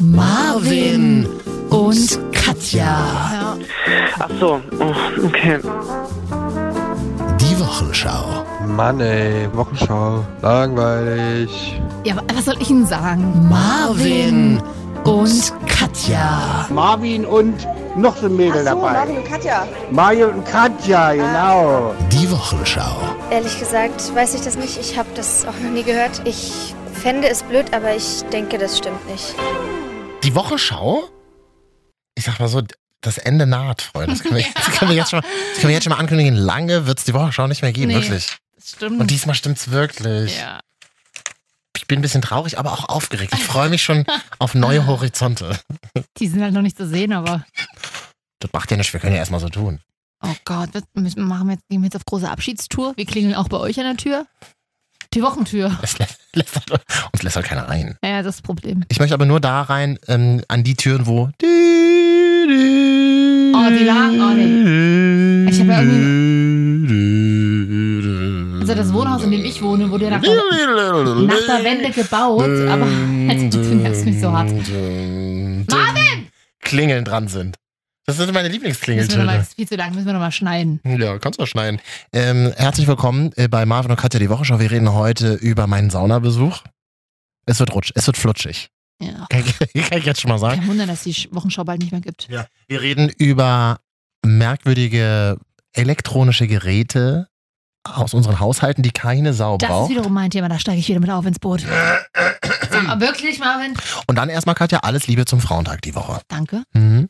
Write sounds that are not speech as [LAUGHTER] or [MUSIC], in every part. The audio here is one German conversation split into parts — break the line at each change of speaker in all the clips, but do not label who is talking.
Marvin und Katja.
Ach so, oh, okay.
Die Wochenschau.
Mann ey, Wochenschau. Langweilig.
Ja, wa- was soll ich Ihnen sagen?
Marvin und Katja.
Marvin und noch so ein Mädel
Ach so,
dabei.
Marvin und Katja.
Mario und Katja, genau.
Die Wochenschau.
Ehrlich gesagt weiß ich das nicht. Ich habe das auch noch nie gehört. Ich fände es blöd, aber ich denke, das stimmt nicht.
Die Wochenschau? Ich sag mal so, das Ende naht, Freunde. Das können wir, das können wir, jetzt, schon, das können wir jetzt schon mal ankündigen. Lange wird es die Wochenschau nicht mehr geben,
Nee.
wirklich.
Das stimmt.
Und diesmal stimmt's wirklich.
ja.
Ich bin ein bisschen traurig, aber auch aufgeregt. Ich freue mich schon auf neue Horizonte.
Die sind halt noch nicht zu sehen, aber
Das macht ja nichts, wir können ja erstmal so tun.
oh Gott, was müssen, machen wir jetzt, gehen wir jetzt auf große Abschiedstour? Wir klingeln auch bei euch an der Tür. Die Wochentür.
Es lässt, lässt halt, uns lässt halt keiner rein.
Ja, das ist das Problem.
Ich möchte aber nur da rein, ähm, an die Türen, wo. Oh, die
lang- oh,
nee.
Ich hab ja
irgendwie.
Also das Wohnhaus, in dem ich wohne, wurde ja nach der, nach der Wende gebaut, aber [LAUGHS] jetzt nervt mich so hart.
Marvin! Klingeln dran sind. Das sind meine
Müssen wir noch mal,
Lieblingsklingeltöne.
das ist viel zu lang, müssen wir nochmal schneiden.
Ja, kannst du auch schneiden. Ähm, herzlich willkommen äh, bei Marvin und Katja die Wochenschau. Wir reden heute über meinen Saunabesuch. Es wird rutsch, es wird flutschig.
Ja.
Kann ich, [LAUGHS] kann ich jetzt schon mal sagen.
Kein Wunder, dass die Sch- Wochenschau bald nicht mehr gibt.
Wir reden über merkwürdige elektronische Geräte aus unseren Haushalten, die keine Sau
Das ist
braucht.
wiederum mein Thema, da steige ich wieder mit auf ins Boot. Sag mal, wirklich, Marvin?
Und dann erstmal, Katja, alles Liebe zum Frauentag die Woche.
Danke.
Mhm.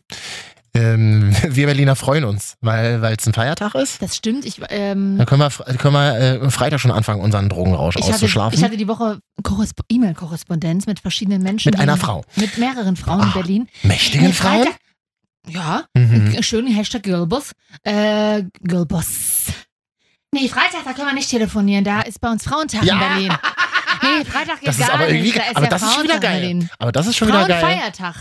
Ähm, [LAUGHS] wir Berliner freuen uns, weil weil es ein Feiertag ist.
Das stimmt. Ich, ähm,
Dann können wir, fre- können wir äh, Freitag schon anfangen, unseren Drogenrausch
ich, hatte,
auszuschlafen.
ich hatte die Woche Korresp- E-Mail-Korrespondenz mit verschiedenen Menschen.
mit
die-
einer Frau.
Mit mehreren Frauen in
Ah,
Berlin.
Mächtigen
Äh,
Frauen?
Freitag- Ja, äh,
Mhm.
schönen Hashtag Girlboss. Äh, Girlboss. Nee, Freitag, da können wir nicht telefonieren. Da ist bei uns Frauentag
Ja.
in Berlin. Nee, Freitag geht
Das
gar
ist aber irgendwie,
nicht. Da ist
aber
ja
das ist schon wieder
Frauentag in
geil.
Berlin.
Aber das ist schon wieder geil.
Frauenfeiertag.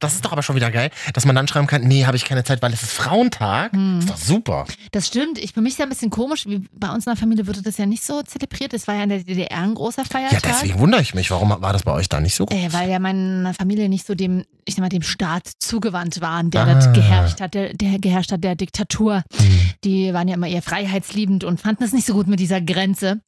Das ist doch aber schon wieder geil, dass man dann schreiben kann, nee, habe ich keine Zeit, weil es ist Frauentag.
Hm.
Ist doch super.
Das stimmt. Ich, für mich ist ja ein bisschen komisch. Wie bei uns in der Familie wurde das ja nicht so zelebriert. Es war ja in der DDR ein großer
Ja,
Feiertag.
deswegen wundere ich mich, warum war das bei euch da nicht so?
Äh, weil ja meine Familie nicht so dem, ich sag mal, dem Staat zugewandt waren, der
Ah.
das geherrscht hat, der, der geherrscht hat, der Diktatur.
Hm.
Die waren ja immer eher freiheitsliebend und fanden es nicht so gut mit dieser Grenze.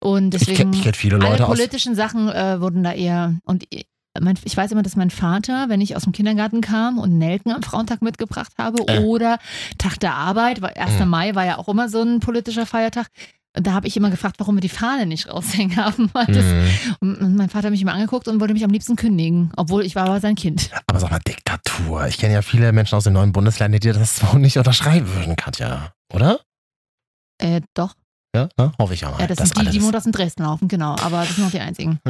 Und
Ich
deswegen
kenne kenn viele
alle
Leute aus.
politischen Sachen äh, wurden da eher und i- mein, ich weiß immer, dass mein Vater, wenn ich aus dem Kindergarten kam und Nelken am Frauentag mitgebracht habe
Äh.
oder Tag der Arbeit, weil 1.
Mhm.
Mai war ja auch immer so ein politischer Feiertag. Da habe ich immer gefragt, warum wir die Fahne nicht raushängen haben. Weil das,
Hm.
und und mein Vater hat mich immer angeguckt und wollte mich am liebsten kündigen, obwohl ich war aber sein Kind.
Aber sag mal, Diktatur. Ich kenne ja viele Menschen aus den neuen Bundesländern, die das [LAUGHS] so nicht unterschreiben würden, Katja. Oder?
Äh, doch.
Ja, ne? hoffe ich ja mal.
Ja, das,
dass
sind die,
alles-
die montags in Dresden laufen, genau. Aber das sind noch die einzigen.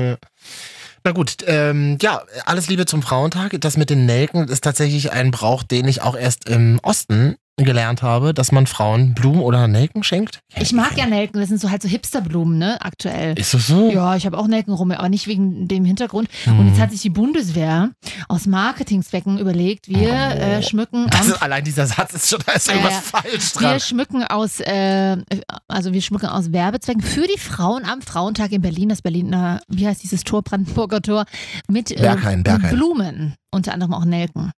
Na gut, ähm, ja, alles Liebe zum Frauentag. Das mit den Nelken ist tatsächlich ein Brauch, den ich auch erst im Osten gelernt habe, dass man Frauen Blumen oder Nelken schenkt.
Ich mag ja Nelken, das sind so halt so Hipsterblumen, ne, aktuell.
Ist das so?
Ja, ich habe auch Nelken rum, aber nicht wegen dem Hintergrund.
Hm.
Und jetzt hat sich die Bundeswehr aus Marketingzwecken überlegt, wir
Oh.
äh, schmücken
das
am,
ist, allein dieser Satz ist schon, da ist
Ja,
irgendwas
ja.
falsch dran.
wir schmücken aus, äh, also wir schmücken aus Werbezwecken für die Frauen am Frauentag in Berlin, das Berliner, wie heißt dieses Tor, Brandenburger Tor, mit äh,
Berghain, Berghain.
Blumen, unter anderem auch Nelken.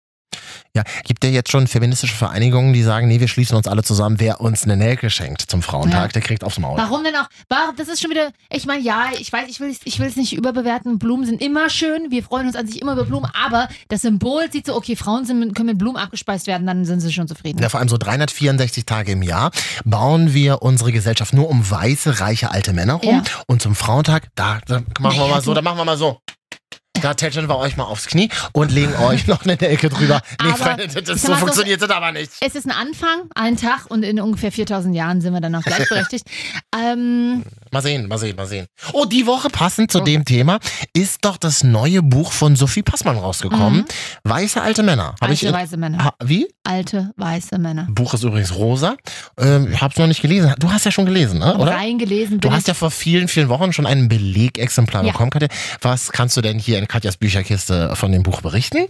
Ja, gibt ja jetzt schon feministische Vereinigungen, die sagen, nee, wir schließen uns alle zusammen. Wer uns eine Nelke schenkt zum Frauentag,
Ja.
der kriegt aufs Maul.
Warum denn auch? Warum, das ist schon wieder, ich meine, ja, ich weiß, ich will es ich will's nicht überbewerten. Blumen sind immer schön. Wir freuen uns an sich immer über Blumen. Aber das Symbol sieht so, okay, Frauen sind, mit- können mit Blumen abgespeist werden, dann sind sie schon zufrieden.
Ja, vor allem so 364 Tage im Jahr bauen wir unsere Gesellschaft nur um weiße, reiche, alte Männer rum.
Ja. also
Und zum Frauentag, da, da machen wir
Naja,
mal so,
du-
da machen wir mal so. Da tätscheln wir euch mal aufs Knie und
[LAUGHS]
legen euch noch eine Ecke drüber. Nee,
Aber
Freunde, das,
ich sag
so
mal so,
funktioniert das aber nicht.
Es ist ein Anfang, ein Tag und in ungefähr 4000 Jahren sind wir dann
[LAUGHS]
noch gleichberechtigt. ähm,
Mal sehen, mal sehen, mal sehen. Oh, die Woche passend zu dem Thema ist doch das neue Buch von Sophie Passmann rausgekommen.
Mhm.
Weiße alte Männer. Hab
alte
ich,
weiße Männer.
ha, wie?
Alte weiße Männer.
Buch ist übrigens rosa. Ähm, ich hab's noch nicht gelesen. Du hast ja schon gelesen, ne? oder?
Reingelesen
Du
bin
hast
ich.
ja vor vielen, vielen Wochen schon ein Belegexemplar
Ja.
bekommen, Katja. Was kannst du denn hier in Katjas Bücherkiste von dem Buch berichten?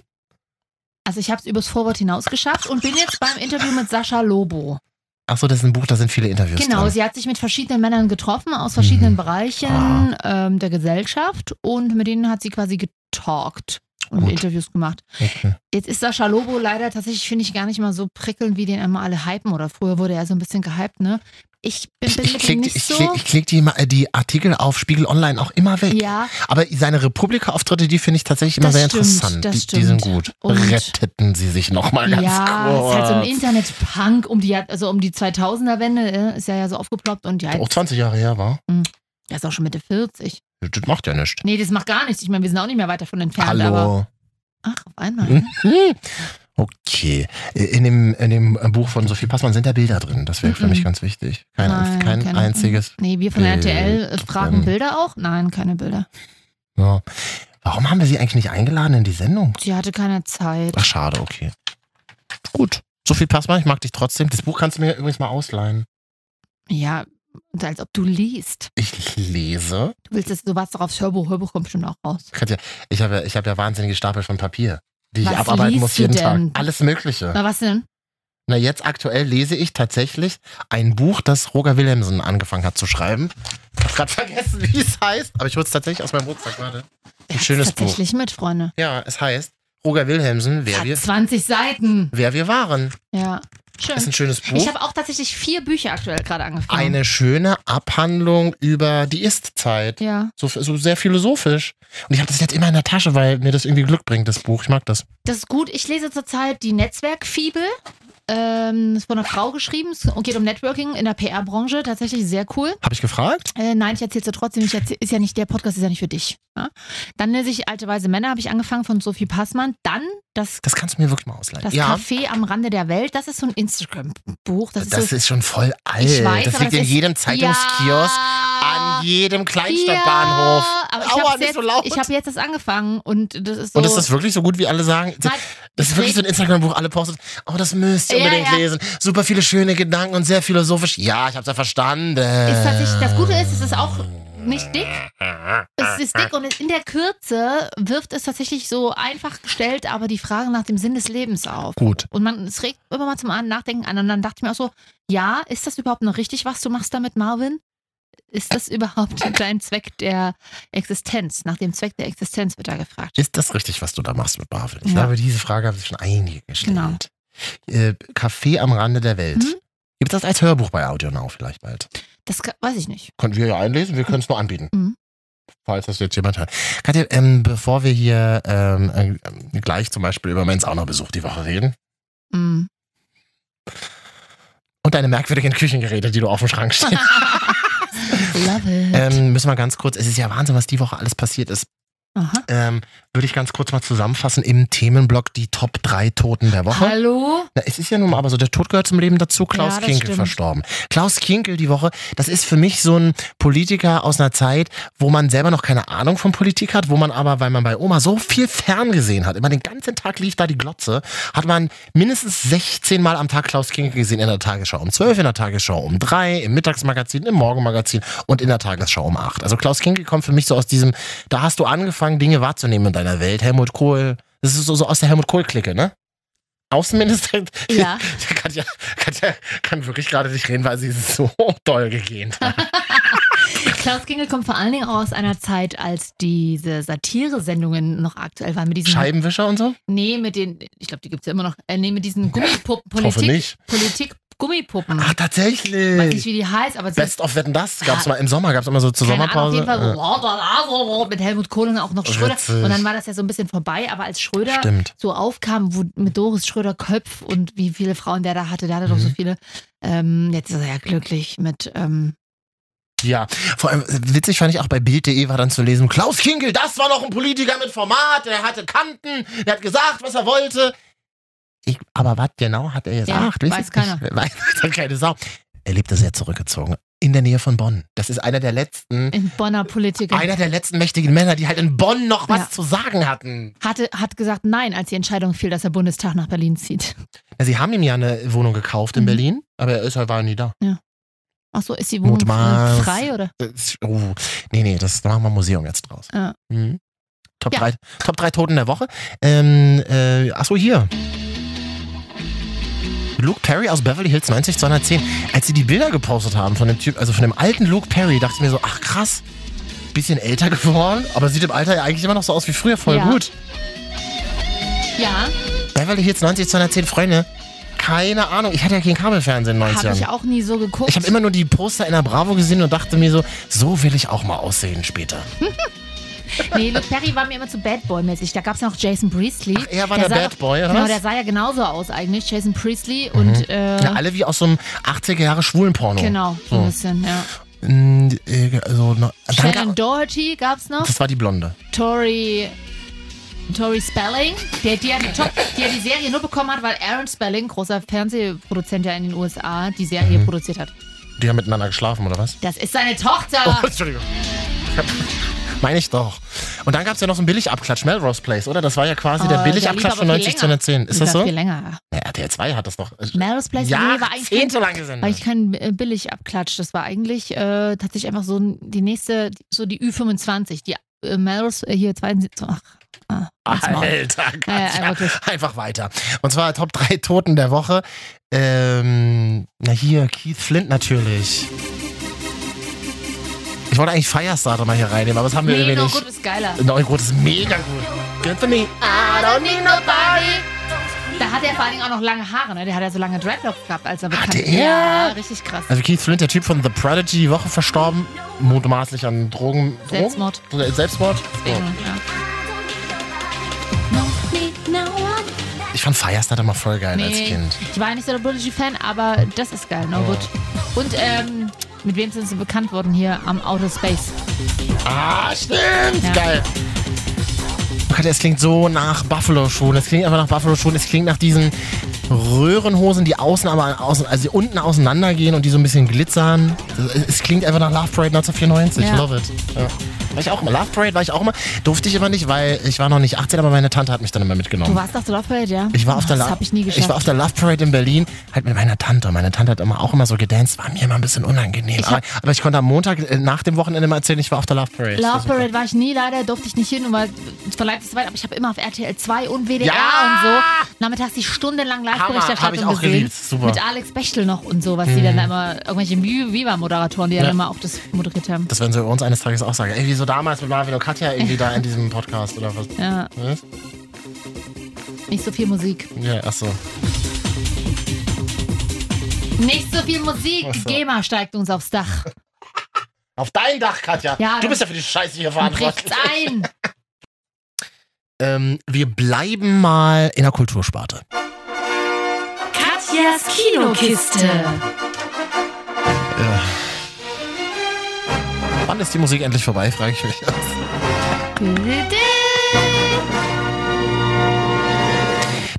Also ich habe es übers Vorwort hinaus geschafft und bin jetzt beim Interview mit Sascha Lobo.
Achso, das ist ein Buch, da sind viele Interviews
Genau,
drin.
sie hat sich mit verschiedenen Männern getroffen aus
Mhm.
verschiedenen Bereichen
Ah.
ähm, der Gesellschaft und mit denen hat sie quasi getalkt. und
Gut.
Interviews gemacht.
Okay.
Jetzt ist Sascha Lobo leider tatsächlich, finde ich, gar nicht mal so prickelnd, wie den einmal alle hypen. Oder früher wurde er so ein bisschen gehypt, ne? Ich bin,
Ich,
bin
ich
mit ihm
klicke
nicht
ich
so.
klick, ich klick die, ma- äh, die Artikel auf Spiegel Online auch immer weg.
ja,
Aber seine Republika-Auftritte, die finde ich tatsächlich immer
Das
sehr
stimmt,
interessant.
das
die, die sind
stimmt.
gut.
Und-
Retteten sie sich nochmal ganz
ja,
kurz.
ist halt so ein Internet-Punk um die, also um die 2000er-Wende, äh, ist ja ja so aufgeploppt und ja,
auch 20 Jahre her war.
er ist auch schon Mitte 40.
Das macht ja nichts.
Nee, das macht gar nichts. Ich meine, wir sind auch nicht mehr weit davon entfernt, aber.
Hallo.
Ach, auf einmal. Ne?
Mhm. Okay. In dem, in dem Buch von Sophie Passmann sind da Bilder drin. Das wäre für
Mhm. genau.
mich ganz wichtig. Kein,
Nein,
kein
keine-
einziges.
Nee, wir von
Bild
RTL äh, fragen
drin.
Bilder auch? Nein, keine Bilder.
Ja. Warum haben wir sie eigentlich nicht eingeladen in die Sendung?
Sie hatte keine Zeit.
Ach, schade, okay. Gut. Sophie Passmann, ich mag dich trotzdem. Das Buch kannst du mir übrigens mal ausleihen.
Ja, und als ob du liest.
Ich lese.
Du willst das, du warst doch aufs Hörbuch. Hörbuch kommt schon auch raus.
Katja, ich habe ja, ich habe ja wahnsinnige Stapel von Papier, die ich
Was
abarbeiten
liest
muss
du
jeden
denn?
Tag. Alles Mögliche.
Na, was denn?
Na, jetzt aktuell lese ich tatsächlich ein Buch, das Roger Wilhelmsen angefangen hat zu schreiben. Ich hab grad [LAUGHS] vergessen, wie es heißt, aber ich hol's tatsächlich aus meinem Rucksack, warte. Ein schönes Buch.
Tatsächlich mit, Freunde.
Ja, es heißt Roger Wilhelmsen, wer
Hat
wir,
20 Seiten.
wer wir waren.
Ja. Schön.
Ist ein schönes Buch.
Ich genau. habe auch tatsächlich vier Bücher aktuell gerade angefangen.
Eine schöne Abhandlung über die Ist-Zeit.
Ja.
So, so sehr philosophisch. Und ich habe das jetzt immer in der Tasche, weil mir das irgendwie Glück bringt, das Buch. Ich mag das.
Das ist gut. Ich lese zurzeit die Netzwerkfibel. Ähm, ist von einer Frau geschrieben Es geht um Networking in der PR-Branche. Tatsächlich sehr cool.
Habe ich gefragt?
Äh, nein, ich erzähle es trotzdem. Ich erzähl, ist ja nicht der Podcast, ist ja nicht für dich. Ja? Dann lese ich Alte Weise Männer, habe ich angefangen von Sophie Passmann. Dann das,
Das kannst du mir wirklich mal ausleihen.
das
ja,
Café am Rande der Welt. Das ist so ein Instagram-Buch. Das, ist
das
so,
ist schon voll alt.
ich weiß,
das
aber
liegt
das
in
ist,
jedem Zeitungskiosk.
Ja,
An jedem Kleinstadtbahnhof.
Ja, aber ich
Aua,
hab's
nicht
jetzt,
so laut.
Ich habe jetzt das angefangen und das ist so.
Und ist das wirklich so gut, wie alle sagen?
Nein,
Das ist wirklich so ein Instagram-Buch, alle postet, oh, das müsst ihr
Ja,
unbedingt
ja.
lesen. Super viele schöne Gedanken und sehr philosophisch. Ja, ich hab's ja verstanden.
Ist tatsächlich- das Gute ist, es ist auch nicht dick. Es ist dick und in der Kürze wirft es tatsächlich so einfach gestellt, aber die Frage nach dem Sinn des Lebens auf.
Gut.
Und man, es regt immer mal zum Nachdenken an. Und dann dachte ich mir auch so, ja, ist das überhaupt noch richtig, was du machst damit, Marvin? Ist das [LAUGHS] überhaupt dein Zweck der Existenz? Nach dem Zweck der Existenz wird da gefragt.
Ist das richtig, was du da machst mit Marvin? Ich
Ja.
glaube, diese Frage haben sich schon einige gestellt.
Genau.
Äh, Café am Rande der Welt.
Hm?
Gibt das als Hörbuch bei Audio Now vielleicht bald?
Das ka- weiß ich nicht.
Können wir ja einlesen, wir können es nur anbieten.
Mhm.
Falls das jetzt jemand hat. Katja, ähm, bevor wir hier ähm, äh, gleich zum Beispiel über meinen Saunabesuch die Woche reden
Hm.
und deine merkwürdigen Küchengeräte, die du auf dem Schrank stehst,
[LAUGHS] Love it.
ähm, müssen wir ganz kurz, es ist ja Wahnsinn, was die Woche alles passiert ist,
Aha.
ähm, würde ich ganz kurz mal zusammenfassen im Themenblock die Top 3 Toten der Woche.
Hallo?
Na, es ist ja nun mal aber so, der Tod gehört zum Leben dazu. Klaus
Ja, das
Kinkel
stimmt.
verstorben. Klaus Kinkel die Woche, das ist für mich so ein Politiker aus einer Zeit, wo man selber noch keine Ahnung von Politik hat, wo man aber, weil man bei Oma so viel ferngesehen hat, immer den ganzen Tag lief da die Glotze, hat man mindestens 16 Mal am Tag Klaus Kinkel gesehen in der Tagesschau. Um 12 in der Tagesschau, um 3 im Mittagsmagazin, im Morgenmagazin und in der Tagesschau um 8. Also Klaus Kinkel kommt für mich so aus diesem, da hast du angefangen, Dinge wahrzunehmen in deiner Welt. Helmut Kohl, das ist so, so aus der Helmut Kohl-Clique, ne? Außenministerin?
Ja.
[LAUGHS] Katja, Katja kann wirklich gerade nicht reden, weil sie es so [LAUGHS] doll gegähnt hat.
Klaus Kinkel kommt vor allen Dingen auch aus einer Zeit, als diese Satire-Sendungen noch aktuell waren. Mit diesen,
Scheibenwischer und so?
Nee, mit den, ich glaube, die gibt es ja immer noch. Äh, nee, mit diesen Gummipuppen.
Ich hoffe
Politik,
nicht.
Politik Gummipuppen.
Ah,
weiß nicht,
tatsächlich.
wie die heißt, aber sie
Best of Wetten das gab's mal im Sommer, gab's immer so zur
keine Ahnung, auf
Sommerpause.
jeden Fall so, wow, wow, wow, wow, mit Helmut Kohl und auch noch Schröder.
Witzig.
Und dann war das ja so ein bisschen vorbei, aber als Schröder
Äh, Stimmt.
so aufkam, wo mit Doris Schröder Köpf und wie viele Frauen der da hatte, der hatte doch
Mhm.
so viele. Ähm, jetzt ist er ja glücklich mit ähm,
Ja, vor allem äh, witzig fand ich auch bei Bild.de war dann zu lesen, Klaus Kinkel, das war noch ein Politiker mit Format, der hatte Kanten, der hat gesagt, was er wollte. Ich, aber was genau hat er gesagt?
weiß
Wisst ihr
keiner.
nicht? Weiß, weiß keine Sau. Er lebte sehr zurückgezogen. In der Nähe von Bonn. Das ist einer der letzten
in Bonner Politiker.
Einer der letzten mächtigen Männer, die halt in Bonn noch was
Ja.
zu sagen hatten.
hatte, hat gesagt nein, als die Entscheidung fiel, dass der Bundestag nach Berlin zieht.
Ja, sie haben ihm ja eine Wohnung gekauft in
Mhm.
Berlin, aber er ist halt war nie da.
Ach so, ist die Wohnung
Mutmaß.
frei oder?
Das ist- Oh, nee, nee, das machen wir Museum jetzt draus.
Ja.
Mhm. Top,
Ja.
drei, Top drei Toten der Woche. Ähm, äh, achso, hier. Luke Perry aus Beverly Hills 90210. Als sie die Bilder gepostet haben von dem Typ, also von dem alten Luke Perry, dachte ich mir so, ach krass, bisschen älter geworden, aber sieht im Alter ja eigentlich immer noch so aus wie früher, voll
Ja.
gut.
Ja,
Beverly Hills 90 210 Freunde. Keine Ahnung, ich hatte ja kein Kabelfernsehen in den 90ern.
habe ich auch nie so geguckt.
Ich habe immer nur die Poster in der Bravo gesehen und dachte mir so, so will ich auch mal aussehen später.
nee, Luke Perry war mir immer zu Bad Boy-mäßig. Da gab es ja noch Jason Priestley.
Ach, er war der
sah
Bad
doch-
Boy, oder
Genau,
was? Mhm.
der sah ja genauso aus eigentlich. Jason Priestley und. Äh,
Ja, also. Oh. alle wie aus so einem 80er Jahre Schwulenporno.
Genau, so ein
So.
bisschen, ja.
Mm, äh, Also, na, dann
Shannon
gab,
Doherty gab's noch.
das war die Blonde.
Tori. Tori Spelling, der, die ja die, Top, die ja die Serie nur bekommen hat, weil Aaron Spelling, großer Fernsehproduzent ja in den USA, die Serie
Mhm.
produziert hat.
Die haben miteinander geschlafen, oder was?
Das ist seine Tochter!
Oh, [LAUGHS] Entschuldigung. Meine ich doch. Und dann gab es ja noch so einen Billigabklatsch, Melrose Place, oder? Das war ja quasi der
Oh, lief
Billigabklatsch
aber
von
viel
90 zu
länger.
110. Ist
Lief
das
aber
so?
viel länger.
Ja, RTL 2 hat das noch.
Melrose Place
ja,
nee, war eigentlich
zehn
kein,
so lange
war ich
gesendet.
kein äh, Billigabklatsch. Das war eigentlich äh, tatsächlich einfach so ein- die nächste, so die Ü25. Die äh, Melrose äh, hier 72. Ach, ah, halt's Maul.
Alter, Katja.
ja, wirklich.
einfach weiter. Und zwar Top 3 Toten der Woche. Ähm, na hier, Keith Flint natürlich. Ich wollte eigentlich Firestarter mal hier reinnehmen, aber das haben wir
Nee,
irgendwie
no
nicht. Äh,
good ist geiler.
No Good ist mega gut. Good for me.
I don't need nobody. Da hat er vor allen Dingen auch noch lange Haare, ne? Der hat ja so lange Dreadlocks gehabt, als er bekannt
Hatte
Ja,
er?
richtig krass.
Also Keith Flint, der Typ von The Prodigy, die Woche verstorben, mutmaßlich an Drogen. Drogen?
Selbstmord.
Selbstmord.
Ja.
So. Ich fand Firestarter mal voll geil oh. als
Nee,
Kind. Oh.
ich war ja nicht so der Prodigy-Fan, aber das ist geil, no good. Und ähm, mit wem sind sie bekannt worden hier am Outer Space?
Ah, stimmt.
Ja.
Geil. Oh Gott, es klingt so nach Buffalo-Schuhen. Es klingt einfach nach Buffalo-Schuhen. Es klingt nach diesen Röhrenhosen, die außen aber außen, also die unten auseinander gehen und die so ein bisschen glitzern. Es klingt einfach nach Love Parade 1994.
Ja.
Love it. Ja. War ich auch immer. Love Parade war ich auch immer. Durfte ich immer nicht, weil ich war noch nicht 18, aber meine Tante hat mich dann immer mitgenommen.
Du warst auf der Love Parade, ja?
Ich war, auf
Ach,
der
Das
Lo-
habe ich nie geschafft.
ich war auf der Love Parade in Berlin, halt mit meiner Tante. Meine Tante hat immer auch immer so gedanced, war mir immer ein bisschen unangenehm. aber, aber ich konnte am Montag äh, nach dem Wochenende mal erzählen, ich war auf der Love Parade.
Love Parade war ich nie, leider durfte ich nicht hin, weil es verleiht sich so weit, aber ich habe immer auf RTL 2 und WDR
Ja!
und so nachmittags die stundenlang
Hammer, hab ich
Live-Berichterstattung
auch
gesehen.
geliebt, super. Mhm.
Mit Alex Bechtel noch und so, was die dann da immer, irgendwelche Vi- Viva-Moderatoren, die
Ja.
dann immer auch das moderiert haben.
Das werden sie uns eines Tages auch sagen. Ey, wieso damals mit Marvin und Katja irgendwie da in diesem Podcast oder was?
Ja,
Was?
nicht so viel Musik.
Ja, ach so.
Nicht so viel Musik! Die
so.
GEMA steigt uns aufs Dach.
Auf dein Dach, Katja.
Ja,
du
das-
bist ja für die Scheiße hier
Bricht's
verantwortlich.
ein!
Ähm, wir bleiben mal in der Kultursparte.
Katjas Kinokiste.
Wann ist die Musik endlich vorbei, frage ich mich.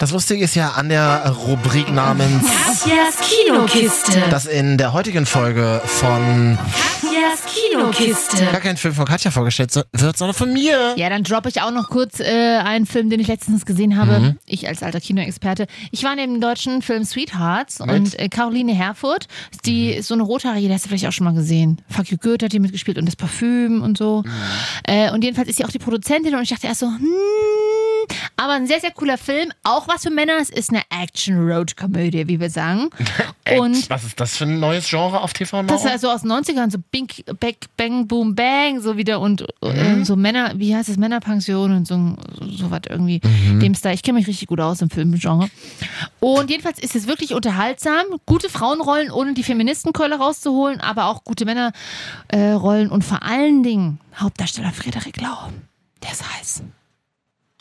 Das Lustige ist ja an der Rubrik namens,
Katjas Kinokiste.
dass in der heutigen Folge von
Katjas Kinokiste.
gar kein Film von Katja vorgestellt so- wird, sondern von mir.
Ja, dann droppe ich auch noch kurz äh, einen Film, den ich letztens gesehen habe. Ich als alter Kinoexperte. Ich war in dem deutschen Film Sweethearts und äh, Caroline Herfurth, die ist so eine rothaarige, die hast du vielleicht auch schon mal gesehen. Fuck you Goethe hat die mitgespielt und das Parfüm und so. Äh, und jedenfalls ist sie auch die Produzentin und ich dachte erst so, hm. Aber ein sehr, sehr cooler Film. Auch was für Männer. Es ist eine Action-Road-Komödie, wie wir sagen. und
Was ist das für ein neues Genre auf TV Now?
das ist also aus den 90ern, so Bink, Back, Bang, Boom, Bang, so wieder und
Mhm.
ähm, so Männer, wie heißt es, Männerpension und so, so was irgendwie,
Mhm.
dem Style. Ich kenne mich richtig gut aus im Filmgenre. Und jedenfalls ist es wirklich unterhaltsam, gute Frauenrollen, ohne die Feministenkeule rauszuholen, aber auch gute Männerrollen äh, Rollen und vor allen Dingen Hauptdarsteller Frederik Lau. Der ist heiß.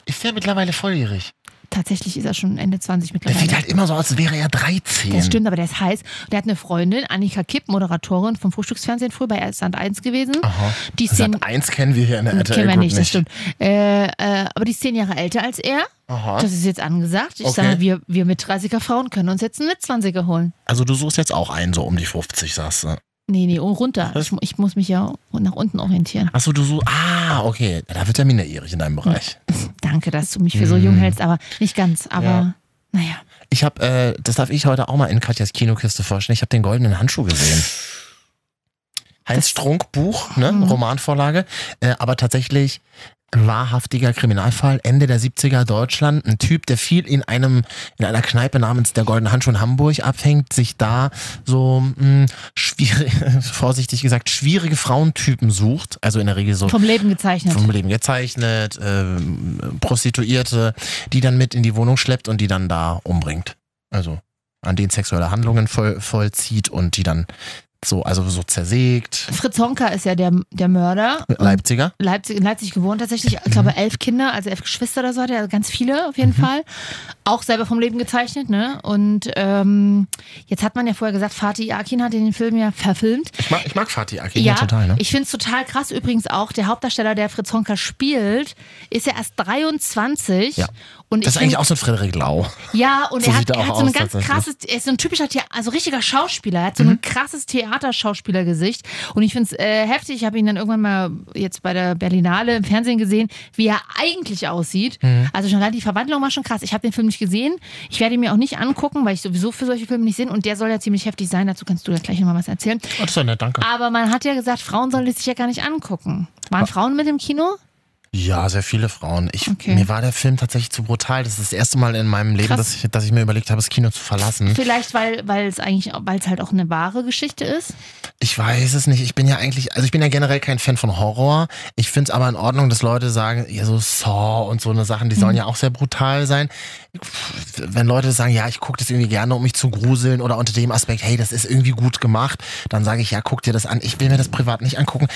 ist der mittlerweile volljährig?
Tatsächlich ist er schon Ende 20
Der sieht
mittlerweile.
halt immer so aus, als wäre er 13.
Das stimmt, aber der ist heiß. Der hat eine Freundin, Annika Kipp, Moderatorin vom Frühstücksfernsehen, früher bei Sand 1 gewesen.
Aha.
Die ist zehn,
Sat 1 kennen wir hier in der RTL
kennen wir
Group
nicht, das stimmt. Äh, äh, aber die ist zehn Jahre älter als er.
Aha.
Das ist jetzt angesagt. Ich
Okay.
sage, wir, wir mit 30er Frauen können uns jetzt einen mit 20er holen.
Also du suchst jetzt auch einen so um die 50, sagst du.
Nee, nee, oh, runter.
Was?
Ich, mu- ich muss mich ja nach unten orientieren.
Achso, du suchst. Ah, okay. Da wird er minderjährig in deinem Bereich.
Danke, dass du mich für so jung hältst, aber nicht ganz. Aber
Mhm. Ja.
naja.
Ich habe, äh, das darf ich heute auch mal in Katjas Kinokiste vorstellen. Ich habe den goldenen Handschuh gesehen. Heinz Strunk Buch, ne? Romanvorlage, äh, aber tatsächlich Ein wahrhaftiger Kriminalfall, Ende der 70er Deutschland. Ein Typ, der viel in einem, in einer Kneipe namens der Goldene Handschuh in Hamburg abhängt, sich da so, mh, schwierig, [LAUGHS] vorsichtig gesagt, schwierige Frauentypen sucht. Also in der Regel so
Vom Leben gezeichnet.
vom Leben gezeichnet, ähm, Prostituierte, die dann mit in die Wohnung schleppt und die dann da umbringt. Also an denen sexuelle Handlungen voll, vollzieht und die dann so, also so zersägt.
Fritz Honka ist ja der, der Mörder. Und
Leipziger.
Leipzig, in Leipzig gewohnt tatsächlich. Ich glaube, elf Kinder, also elf Geschwister oder so hat er, also ganz viele auf jeden
Mhm.
Fall. Auch selber vom Leben gezeichnet, ne? Und ähm, jetzt hat man ja vorher gesagt, Fatih Akin hat den Film ja verfilmt.
Ich mag, ich mag Fatih Akin
Ja,
ja, total, ne?
Ich finde es total krass übrigens auch, der Hauptdarsteller, der Fritz Honka spielt, ist ja erst 23.
Ja.
Und
Das ist
ich find- Oh,
eigentlich auch so ein Frederik Lau.
ja, und
So
er
sieht er
hat, er
auch
hat so ein
aus,
ganz krasses,
tatsächlich. Mhm.
er ist so ein typischer, Thea also richtiger Schauspieler. Er hat so ein krasses Theaterschauspielergesicht. Und ich finde es äh, heftig. Ich habe ihn dann irgendwann mal jetzt bei der Berlinale im Fernsehen gesehen, wie er eigentlich aussieht.
Mhm.
Also schon allein die Verwandlung war schon krass. Ich habe den Film nicht gesehen. Ich werde ihn mir auch nicht angucken, weil ich sowieso für solche Filme nicht bin. Und der soll ja ziemlich heftig sein. Dazu kannst du ja gleich nochmal was erzählen.
Oh, das ist ja nett, danke.
Aber man hat ja gesagt, Frauen sollen es sich ja gar nicht angucken.
Ah.
Waren Frauen mit im Kino?
Ja, sehr viele Frauen. Ich,
Okay.
Mir war der Film tatsächlich zu brutal. Das ist das erste Mal in meinem Leben,
Krass.
dass ich, dass ich mir überlegt habe, das Kino zu verlassen.
Vielleicht, weil weil es eigentlich, weil es halt auch eine wahre Geschichte ist.
Ich weiß es nicht. Ich bin ja eigentlich, also ich bin ja generell kein Fan von Horror. Ich finde es aber in Ordnung, dass Leute sagen, ja, so Saw und so eine Sachen, die sollen ja auch sehr brutal sein. Pff, Wenn Leute sagen, ja, ich gucke das irgendwie gerne, um mich zu gruseln oder unter dem Aspekt, hey, das ist irgendwie gut gemacht, dann sage ich, ja, guck dir das an. Ich will mir das privat nicht angucken.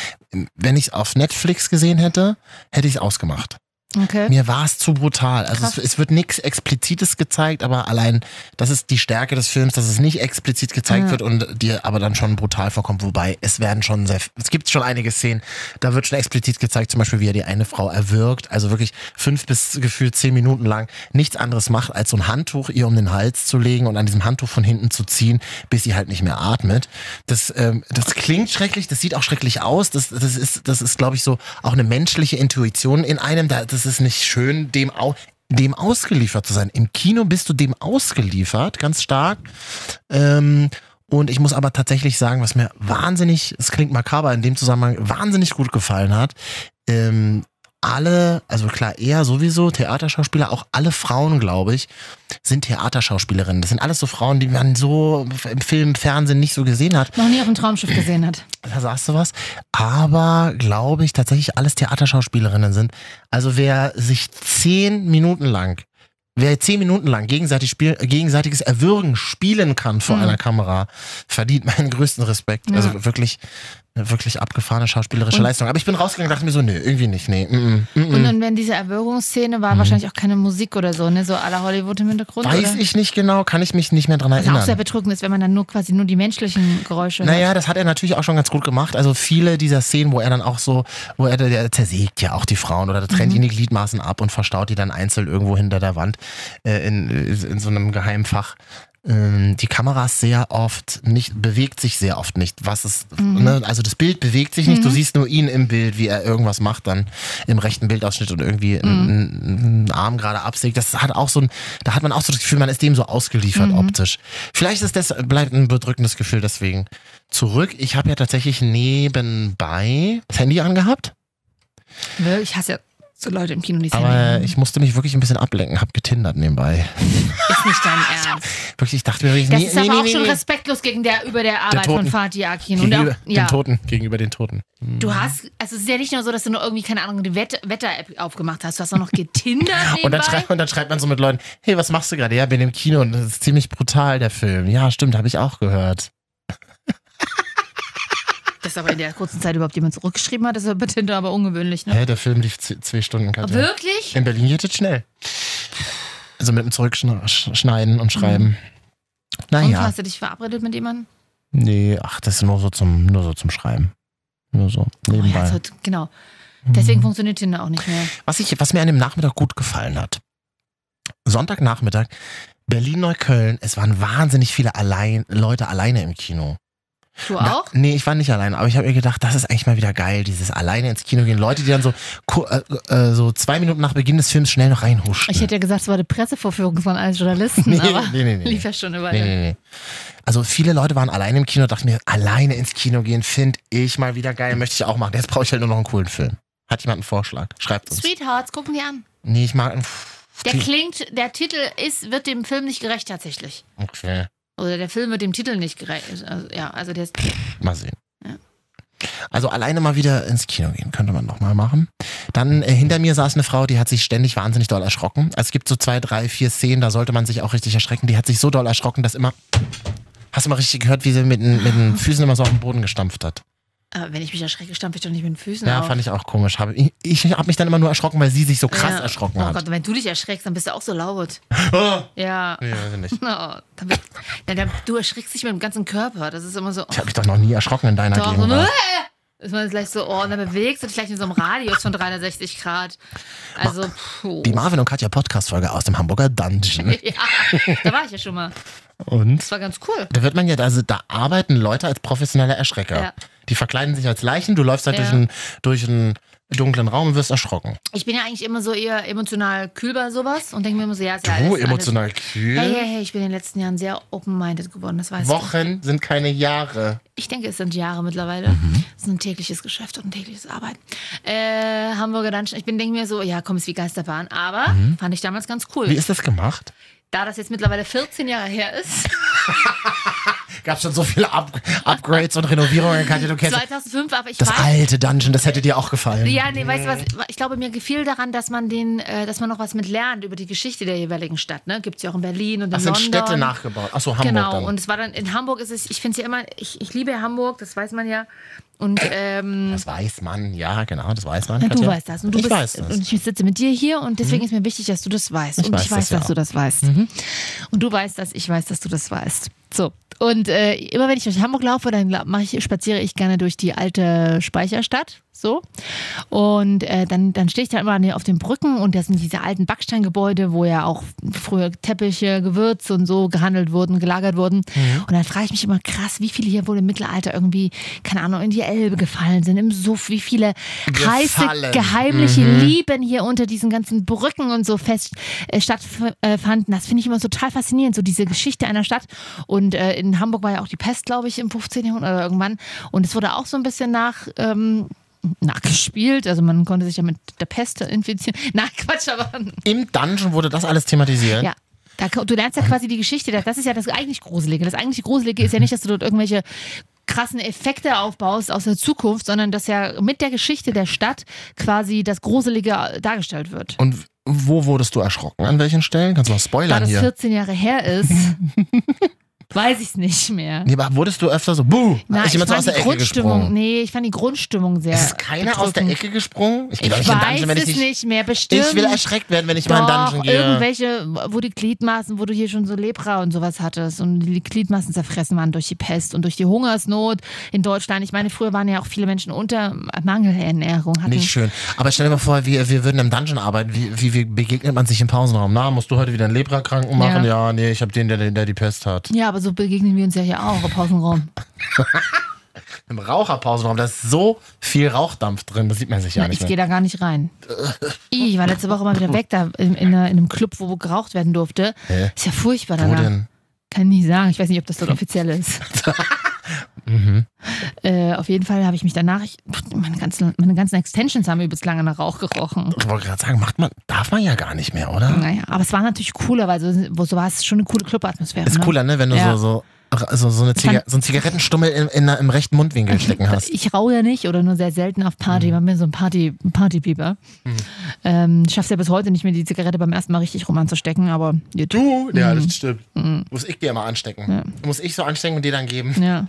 Wenn ich es auf Netflix gesehen hätte, hätte ich es ausgemacht.
Okay.
Mir war es zu brutal. Also
Krass.
es, es wird nichts Explizites gezeigt, aber allein das ist die Stärke des Films, dass es nicht explizit gezeigt
Ja.
wird und dir aber dann schon brutal vorkommt. Wobei es werden schon sehr, es gibt schon einige Szenen, da wird schon explizit gezeigt, zum Beispiel wie er die eine Frau erwürgt. Also wirklich fünf bis gefühlt zehn Minuten lang nichts anderes macht, als so ein Handtuch ihr um den Hals zu legen und an diesem Handtuch von hinten zu ziehen, bis sie halt nicht mehr atmet. Das, ähm, das klingt schrecklich, das sieht auch schrecklich aus. Das, das ist, das ist glaube ich, so auch eine menschliche Intuition in einem. Da, das ist nicht schön, dem auch dem ausgeliefert zu sein. Im Kino bist du dem ausgeliefert, ganz stark. Ähm, und ich muss aber tatsächlich sagen, was mir wahnsinnig, es klingt makaber in dem Zusammenhang, wahnsinnig gut gefallen hat. Ähm, alle, also klar, er sowieso, Theaterschauspieler, auch alle Frauen, glaube ich, sind Theaterschauspielerinnen. Das sind alles so Frauen, die man so im Film, Fernsehen nicht so gesehen hat.
Noch nie auf dem Traumschiff gesehen hat.
Da sagst du was. Aber glaube ich tatsächlich alles Theaterschauspielerinnen sind. Also wer sich zehn Minuten lang, wer zehn Minuten lang gegenseitig spiel, gegenseitiges Erwürgen spielen kann vor
Mhm.
einer Kamera, verdient meinen größten Respekt.
Ja.
Also wirklich, eine wirklich abgefahrene schauspielerische
Und-
Leistung. Aber ich bin rausgegangen und dachte mir so, nö, irgendwie nicht. Nee, mm, mm, mm,
Und
mm.
dann, wenn diese Erwürgungsszene war, wahrscheinlich auch keine Musik oder so, ne? So aller Hollywood im Hintergrund.
Mhm. Weiß
oder?
ich nicht genau, kann ich mich nicht mehr dran
Was ja auch sehr
erinnern.
bedrückend ist, wenn man dann nur quasi nur die menschlichen Geräusche
Naja,
hört.
das hat er natürlich auch schon ganz gut gemacht. Also viele dieser Szenen, wo er dann auch so, wo er der zersägt ja auch die Frauen oder der trennt ihnen die Gliedmaßen ab und verstaut die dann einzeln irgendwo hinter der Wand äh, in, in so einem geheimen Fach. Ähm, Die Kamera ist sehr oft nicht, bewegt sich sehr oft nicht. Was ist, ne? Also das Bild bewegt sich nicht, du siehst nur ihn im Bild, wie er irgendwas macht dann im rechten Bildausschnitt und irgendwie
Mhm.
einen, einen Arm gerade absägt. Das hat auch so ein, da hat man auch so das Gefühl, man ist dem so ausgeliefert
Mhm.
optisch. Vielleicht ist das, bleibt ein bedrückendes Gefühl deswegen zurück. Ich habe ja tatsächlich nebenbei das Handy angehabt,
Wirklich, Ich hasse ja so Leute im Kino, die das Handy
aber
haben.
ich musste mich wirklich ein bisschen ablenken, habe getindert nebenbei.
Ist nicht
[LAUGHS]
dein Ernst.
Wirklich, ich dachte mir wirklich,
Das
nee,
ist
nee,
aber
nee,
auch
nee,
schon
nee.
respektlos gegen der, über der Arbeit von
Toten.
Fatih Akin. Und auch,
Gegenüber
ja,
den Toten, gegenüber den Toten. Mhm.
du hast, also es ist ja nicht nur so, dass du nur irgendwie, keine Ahnung, die Wett- Wetter-App aufgemacht hast. Du hast auch noch getindert
[LAUGHS] Und dann,
nebenbei.
schreibt, und dann schreibt man so mit Leuten, hey, was machst du gerade? Ja, bin im Kino und das ist ziemlich brutal, der Film. Ja, stimmt, habe ich auch gehört.
Dass aber in der kurzen Zeit überhaupt jemand zurückgeschrieben hat, ist ja bei Tinder aber ungewöhnlich, ne?
Hä, der Film lief z- zwei Stunden, Katja.
Wirklich?
In Berlin geht es schnell. Also mit dem Zurückschneiden und Schreiben.
Mhm. Und
Naja.
hast du dich verabredet mit jemandem?
Nee, ach, das ist nur so zum, nur so zum Schreiben. Nur so,
Oh ja,
nebenbei. Mhm.
das wird- genau. Deswegen funktioniert Tinder auch nicht mehr.
was, ich, was mir an dem Nachmittag gut gefallen hat. Sonntagnachmittag, Berlin-Neukölln, es waren wahnsinnig viele allein, Leute alleine im Kino.
Du
Na,
auch?
Nee, ich war nicht allein, aber ich habe mir gedacht, das ist eigentlich mal wieder geil, dieses alleine ins Kino gehen. Leute, die dann so, ku- äh, äh, so zwei Minuten nach Beginn des Films schnell noch reinhuschen.
Ich hätte ja gesagt, es war eine Pressevorführung von allen Journalisten,
Nee,
aber
nee, nee, nee.
lief ja schon über.
Nee, nee, nee. Also viele Leute waren alleine im Kino, dachten mir, alleine ins Kino gehen, finde ich mal wieder geil, möchte ich auch machen. Jetzt brauche ich halt nur noch einen coolen Film. Hat jemand einen Vorschlag? Schreibt uns.
Sweethearts, gucken die an.
Nee, ich mag. Pff,
Der klingt, der Titel ist, wird dem Film nicht gerecht tatsächlich.
Okay.
Oder der Film wird dem Titel nicht gerecht. Also, ja, also der ist,
Mal sehen.
Ja.
Also alleine mal wieder ins Kino gehen, könnte man nochmal machen. Dann äh, hinter mir saß eine Frau, die hat sich ständig wahnsinnig doll erschrocken. Also es gibt so zwei, drei, vier Szenen, da sollte man sich auch richtig erschrecken. Die hat sich so doll erschrocken, dass immer... Hast du mal richtig gehört, wie sie mit, den- mit den Füßen immer so auf den Boden gestampft hat?
aber wenn ich mich erschrecke, stampfe ich doch nicht mit den Füßen
Ja,
auf.
fand ich auch komisch. Hab, ich ich habe mich dann immer nur erschrocken, weil sie sich so krass
Ja.
erschrocken
oh
hat.
Gott, wenn du dich erschreckst, dann bist du auch so laut.
Oh,
Ja.
nee, weiß ich nicht.
[LAUGHS] Oh, damit, ja, dann- du erschrickst dich mit dem ganzen Körper. Das ist immer so. oh
Ich habe mich doch noch nie erschrocken in deiner
Doch, so, [LAUGHS]
Gegenwart.
äh, ist man gleich so, oh, und dann bewegst du dich gleich in so einem Radius von 360 Grad. Also, puh.
Die Marvin und Katja Podcast-Folge aus dem Hamburger Dungeon.
[LAUGHS] Ja, da war ich ja schon mal.
Und?
Das war ganz cool.
Da wird man jetzt, also da arbeiten Leute als professionelle Erschrecker.
Ja.
Die verkleiden sich als Leichen, du läufst halt
Ja.
durch, einen, durch einen dunklen Raum und wirst erschrocken.
Ich bin ja eigentlich immer so eher emotional kühl bei sowas und denke mir immer so, ja, ist ja alles,
du,
alles-
emotional kühl.
Hey, hey, hey, ich bin in den letzten Jahren sehr open-minded geworden, das weißt du.
Wochen sind keine Jahre.
Ich denke, es sind Jahre mittlerweile.
Mhm.
Es ist ein tägliches Geschäft und ein tägliches Arbeiten. Äh, Hamburger Dungeon, ich bin denke mir so, ja, komm, ist wie Geisterbahn, aber fand ich damals ganz cool.
Mhm. Wie ist das gemacht?
da das jetzt mittlerweile 14 Jahre her ist, [LAUGHS]
Gab schon so viele Up Upgrades und Renovierungen, Katja, du kennst
2005, aber ich
das
weiß,
alte Dungeon, das hätte dir auch gefallen.
Ja, nee, weißt du
Mhm.
was? Ich glaube, mir gefiel daran, dass man den, äh, dass man noch was mit lernt über die Geschichte der jeweiligen Stadt. Ne? Gibt es ja auch in Berlin und in
Das sind
London.
Städte nachgebaut. Achso, Hamburg
Genau,
dann.
und es war dann in Hamburg ist es, ich finde es ja immer, ich, ich liebe Hamburg, das weiß man ja. Und ähm,
das weiß man, ja, genau, das weiß man.
na, du
Katja.
weißt das. Und du
ich
bist,
weiß das. Mhm.
Und ich sitze mit dir hier und deswegen ist mir wichtig, dass du das weißt.
Ich
und
weiß
ich
das
weiß,
ja Mhm.
dass du
auch.
das weißt. Und du weißt, dass ich weiß, dass du das weißt. So. Und äh, immer wenn ich durch Hamburg laufe, dann la- mach ich, spaziere ich gerne durch die alte Speicherstadt. So. Und äh, dann, dann stehe ich da immer an den- auf den Brücken und das sind diese alten Backsteingebäude, wo ja auch früher Teppiche, Gewürze und so gehandelt wurden, gelagert wurden.
Mhm.
Und dann frage ich mich immer krass, wie viele hier wohl im Mittelalter irgendwie, keine Ahnung, in die Elbe gefallen sind, im Suff, wie viele heiße,
Gefallen.
geheimliche Lieben hier unter diesen ganzen Brücken und so fest äh, stattfanden. Das finde ich immer total faszinierend, so diese Geschichte einer Stadt. Und äh, in Hamburg war ja auch die Pest, glaube ich, im 15. Jahrhundert oder irgendwann. Und es wurde auch so ein bisschen nach. Ähm, nachgespielt, also man konnte sich ja mit der Pest infizieren. [LAUGHS] Na, Quatsch, aber
Im Dungeon wurde das alles thematisiert.
ja. Da, ko- du lernst ja quasi die Geschichte. Das das ist ja das eigentlich Gruselige. Das eigentlich Gruselige ist ja nicht, dass du dort irgendwelche krassen Effekte aufbaust aus der Zukunft, sondern dass ja mit der Geschichte der Stadt quasi das Gruselige äh, dargestellt wird.
Und wo wurdest du erschrocken? An welchen Stellen? Kannst du mal
Da
spoilern
das
hier?
14 Jahre her
[LAUGHS]
ist, weiß ich es nicht mehr.
Nee, aber wurdest du öfter so, buh,
Na,
ist
ich
jemand so
fand
aus der
die
Ecke
Grundstimmung,
gesprungen?
nee, ich fand die Grundstimmung sehr.
Ist keiner aus der
bedrückend.
Ecke gesprungen? Ich gehe doch
Ich
nicht in den
weiß
Dungeon, wenn ich
es
nicht...
nicht mehr, bestimmt.
Ich will erschreckt werden, wenn ich mal in den
Doch,
Dungeon gehe.
irgendwelche, wo die Gliedmaßen, wo du hier schon so Lepra und sowas hattest und die Gliedmaßen zerfressen waren durch die Pest und durch die Hungersnot in Deutschland. Ich meine, früher waren ja auch viele Menschen unter Mangelernährung. Hatten.
Nicht schön. Aber stell dir mal vor, wir, wir würden im Dungeon arbeiten. Wie, wie, wie begegnet man sich im Pausenraum? Na, musst du heute wieder einen Leprakranken machen? Ja, nee, ich habe den, der, der die Pest hat.
Ja, aber so begegnen wir uns ja hier auch im Pausenraum.
Im Raucherpausenraum, da ist so viel Rauchdampf drin, das sieht man sich ja
Na,
nicht
ich
mehr.
gehe da gar nicht rein. I, Ich war letzte Woche mal wieder weg, da in, in, einer- in einem Club, wo geraucht werden durfte.
Hä?
Ist ja furchtbar
Wo
danach.
denn?
Kann ich nicht sagen. Ich weiß nicht,
[LAUGHS]
ob das dort offiziell ist. [LAUGHS] äh, auf jeden Fall habe ich mich danach, ich, pff, meine, ganzen, meine ganzen Extensions haben übelst lange nach Rauch gerochen.
Ich wollte gerade sagen, macht man, darf man ja gar nicht mehr, oder?
Naja, aber es war natürlich cooler, weil so, wo- so war es schon eine coole Clubatmosphäre.
Ist
ne?
cooler, ne, wenn du
Ja.
so, so, so, so, eine Ziga so einen Zigarettenstummel in, in, im rechten
[LAUGHS]
Mundwinkel stecken hast. Mhm.
Ich rauche ja nicht oder nur sehr selten auf Party. Man bin so ein Party, Partybiber. Ähm, schaff's ja bis heute nicht mehr, die Zigarette beim ersten Mal richtig rum anzustecken, aber mm, gut.
Du? Ja, das stimmt. Mhm. Muss ich dir immer anstecken.
Ja.
Muss ich so anstecken und dir dann
[LAUGHS]
geben.
Ja.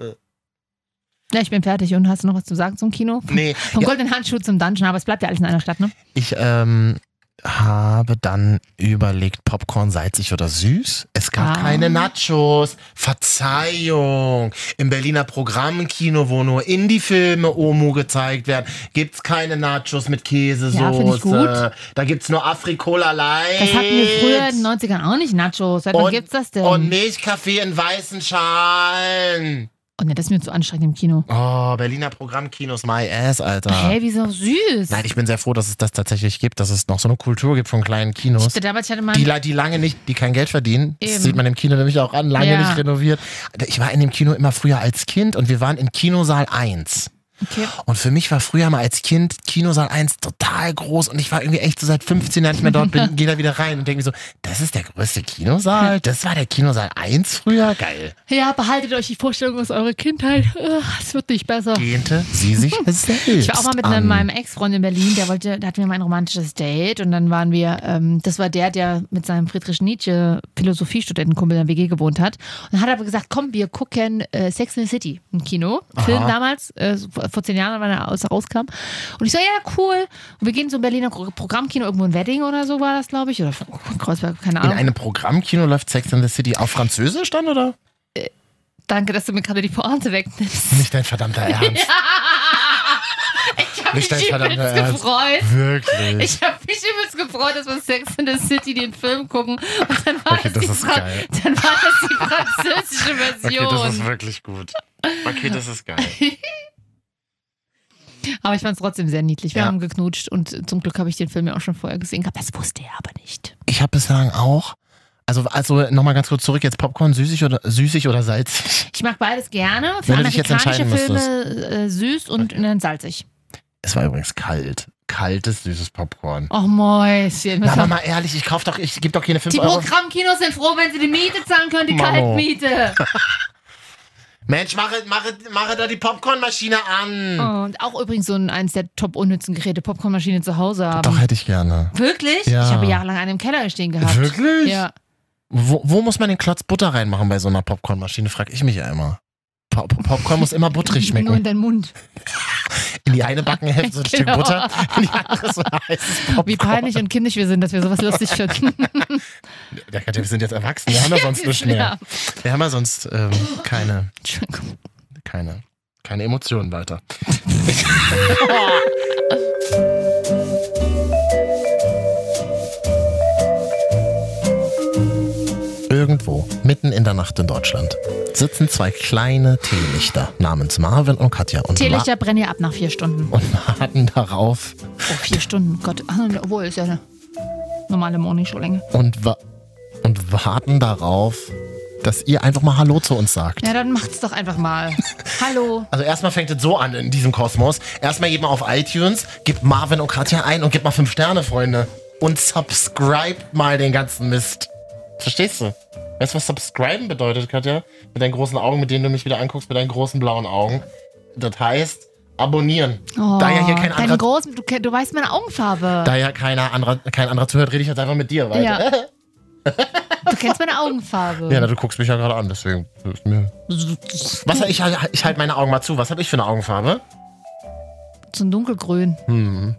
Äh.
Ja, ich bin fertig. Und hast du noch was zu sagen zum Kino?
Nee,
Vom goldenen Handschuh zum Dungeon, aber es bleibt ja alles in einer Stadt, ne?
ich ähm, habe dann überlegt, Popcorn salzig oder süß? Es gab
Ah.
keine Nachos. Verzeihung. Im Berliner Programmkino, wo nur Indie-Filme Omu gezeigt werden, gibt's keine Nachos mit
Ja, find ich
Käsesoße.
gut.
da gibt's nur Afrikola Light.
Das hatten wir früher in den 90ern auch nicht, Nachos. Seit wann
Und,
gibt's das denn?
und ne- Milchkaffee in weißen Schalen.
Oh, nee, das ist mir zu anstrengend im Kino.
Oh, Berliner Programmkinos, my ass, Alter.
Hey, wieso süß?
Nein, ich bin sehr froh, dass es das tatsächlich gibt, dass es noch so eine Kultur gibt von kleinen
ich
Kinos.
hatte damals hatte man.
Die, la- die lange nicht, die kein Geld verdienen.
Eben.
Das sieht man im Kino nämlich auch an, lange
Ja.
nicht renoviert. Ich war in dem Kino immer früher als Kind und wir waren in Kinosaal 1.
Okay.
Und für mich war früher mal als Kind Kinosaal 1 total groß und ich war irgendwie echt so seit 15 Jahren nicht mehr dort,
[LAUGHS]
bin, gehe da wieder rein und denke mir so, das ist der größte Kinosaal, das war der Kinosaal 1 früher, geil.
Ja, behaltet euch die Vorstellung aus eurer Kindheit. Äh, Es wird nicht besser.
Gähnte sie sich selbst
[LAUGHS] Ich war auch mal mit
an.
einem, meinem Ex-Freund in Berlin, der wollte, da hatten wir mal ein romantisches Date und dann waren wir, ähm, das war der, der mit seinem Friedrich Nietzsche Philosophiestudentenkumpel in der WG gewohnt hat. Und dann hat er aber gesagt, komm, wir gucken äh, Sex in the City, ein Kino, Film damals, äh, so vor vor zehn Jahren, wann er aus- rauskam. Und ich so, ja, cool. Und wir gehen zum Berliner Gro- Programmkino, irgendwo in Wedding oder so war das, glaube ich, oder Kreuzberg, keine
In
Ahnung.
einem Programmkino läuft Sex and the City auf Französisch dann,
[LAUGHS]
oder?
Danke, dass du mir gerade die Pointe wegnimmst.
Nicht dein verdammter Ernst.
[LAUGHS] Ich habe mich
Nicht dein verdammter
übelst
Ernst.
gefreut.
Wirklich.
Ich habe mich übelst gefreut, dass wir Sex in the City den Film gucken. Und dann war,
Okay,
das,
das
die
ist
Fra-
geil.
dann war das die französische
[LAUGHS] Okay,
Version.
das ist wirklich gut. Okay, das ist geil.
aber ich fand es trotzdem sehr niedlich. Wir
Ja.
haben geknutscht und zum Glück habe ich den Film ja auch schon vorher gesehen gehabt. Das wusste er aber nicht.
[LAUGHS] Ich habe bislang auch, also, also nochmal ganz kurz zurück, jetzt Popcorn süßig oder, süßig oder salzig?
Ich mag beides gerne. Für
Wenn du dich jetzt
amerikanische
entscheiden
Filme äh, süß und äh, salzig.
Es war übrigens kalt. Kaltes, süßes Popcorn.
Och Mäuschen.
Na,
was
aber
haben-
mal ehrlich, ich kauf doch, ich gebe doch keine 5
die
Euro.
Programmkinos sind froh, wenn sie die Miete zahlen können, die
Mamo. [LAUGHS]
Kaltmiete.
Mensch, mache, mache, mache da die Popcornmaschine an.
Und auch übrigens so ein, eins der top unnützen Geräte, Popcornmaschine zu Hause haben.
Doch, hätte ich gerne.
Wirklich?
Ja.
Ich habe jahrelang einen im Keller stehen gehabt.
Wirklich?
Ja.
Wo, wo muss man den Klotz Butter reinmachen bei so einer Popcornmaschine, frag ich mich ja immer. Pop Popcorn muss immer butterig
[LAUGHS] Nur in
schmecken.
deinen Mund.
In die eine Backenhälfte so ein
[LAUGHS]
Stück
Genau.
Butter, in die andere so ein heißes Popcorn.
Wie peinlich und kindisch wir sind, dass wir sowas lustig finden.
[LAUGHS] Ja, Katja, wir sind jetzt erwachsen, wir haben ja
[LAUGHS]
sonst nicht mehr.
Ja.
Wir haben ja sonst ähm, keine,
Entschuldigung.
keine, keine Emotionen
[LAUGHS]
weiter. Irgendwo, mitten in der Nacht in Deutschland, sitzen zwei kleine Teelichter namens Marvin und Katja und, Ma
Teelichter brennen ja ab nach vier Stunden.
und warten darauf
Oh, vier Stunden, Gott. Ah, Obwohl, ist ja eine normale Morningshow-Länge.
und, wa und warten darauf, dass ihr einfach mal Hallo zu uns sagt.
Ja, dann macht's doch
[LAUGHS]
einfach mal. Hallo.
Also erstmal fängt es so an in diesem Kosmos. Erstmal geht mal auf iTunes, gibt Marvin und Katja ein und gibt mal fünf Sterne, Freunde. Und subscribe mal den ganzen Mist. Verstehst du? Weißt du, was subscriben bedeutet, Katja? Mit deinen großen Augen, mit denen du mich wieder anguckst, mit deinen großen blauen Augen. Das heißt, abonnieren.
Oh,
da ja hier kein
deine
anderer,
großen, du, ke- du weißt meine Augenfarbe.
da ja keiner anderer, kein anderer zuhört, rede ich jetzt einfach mit dir weiter.
Ja. Du kennst meine Augenfarbe.
[LAUGHS] Ja, na, du guckst mich ja gerade an, deswegen. ist mir- Was, ich, ich halte meine Augen mal zu. Was habe ich für eine Augenfarbe?
So ein dunkelgrün.
Hm.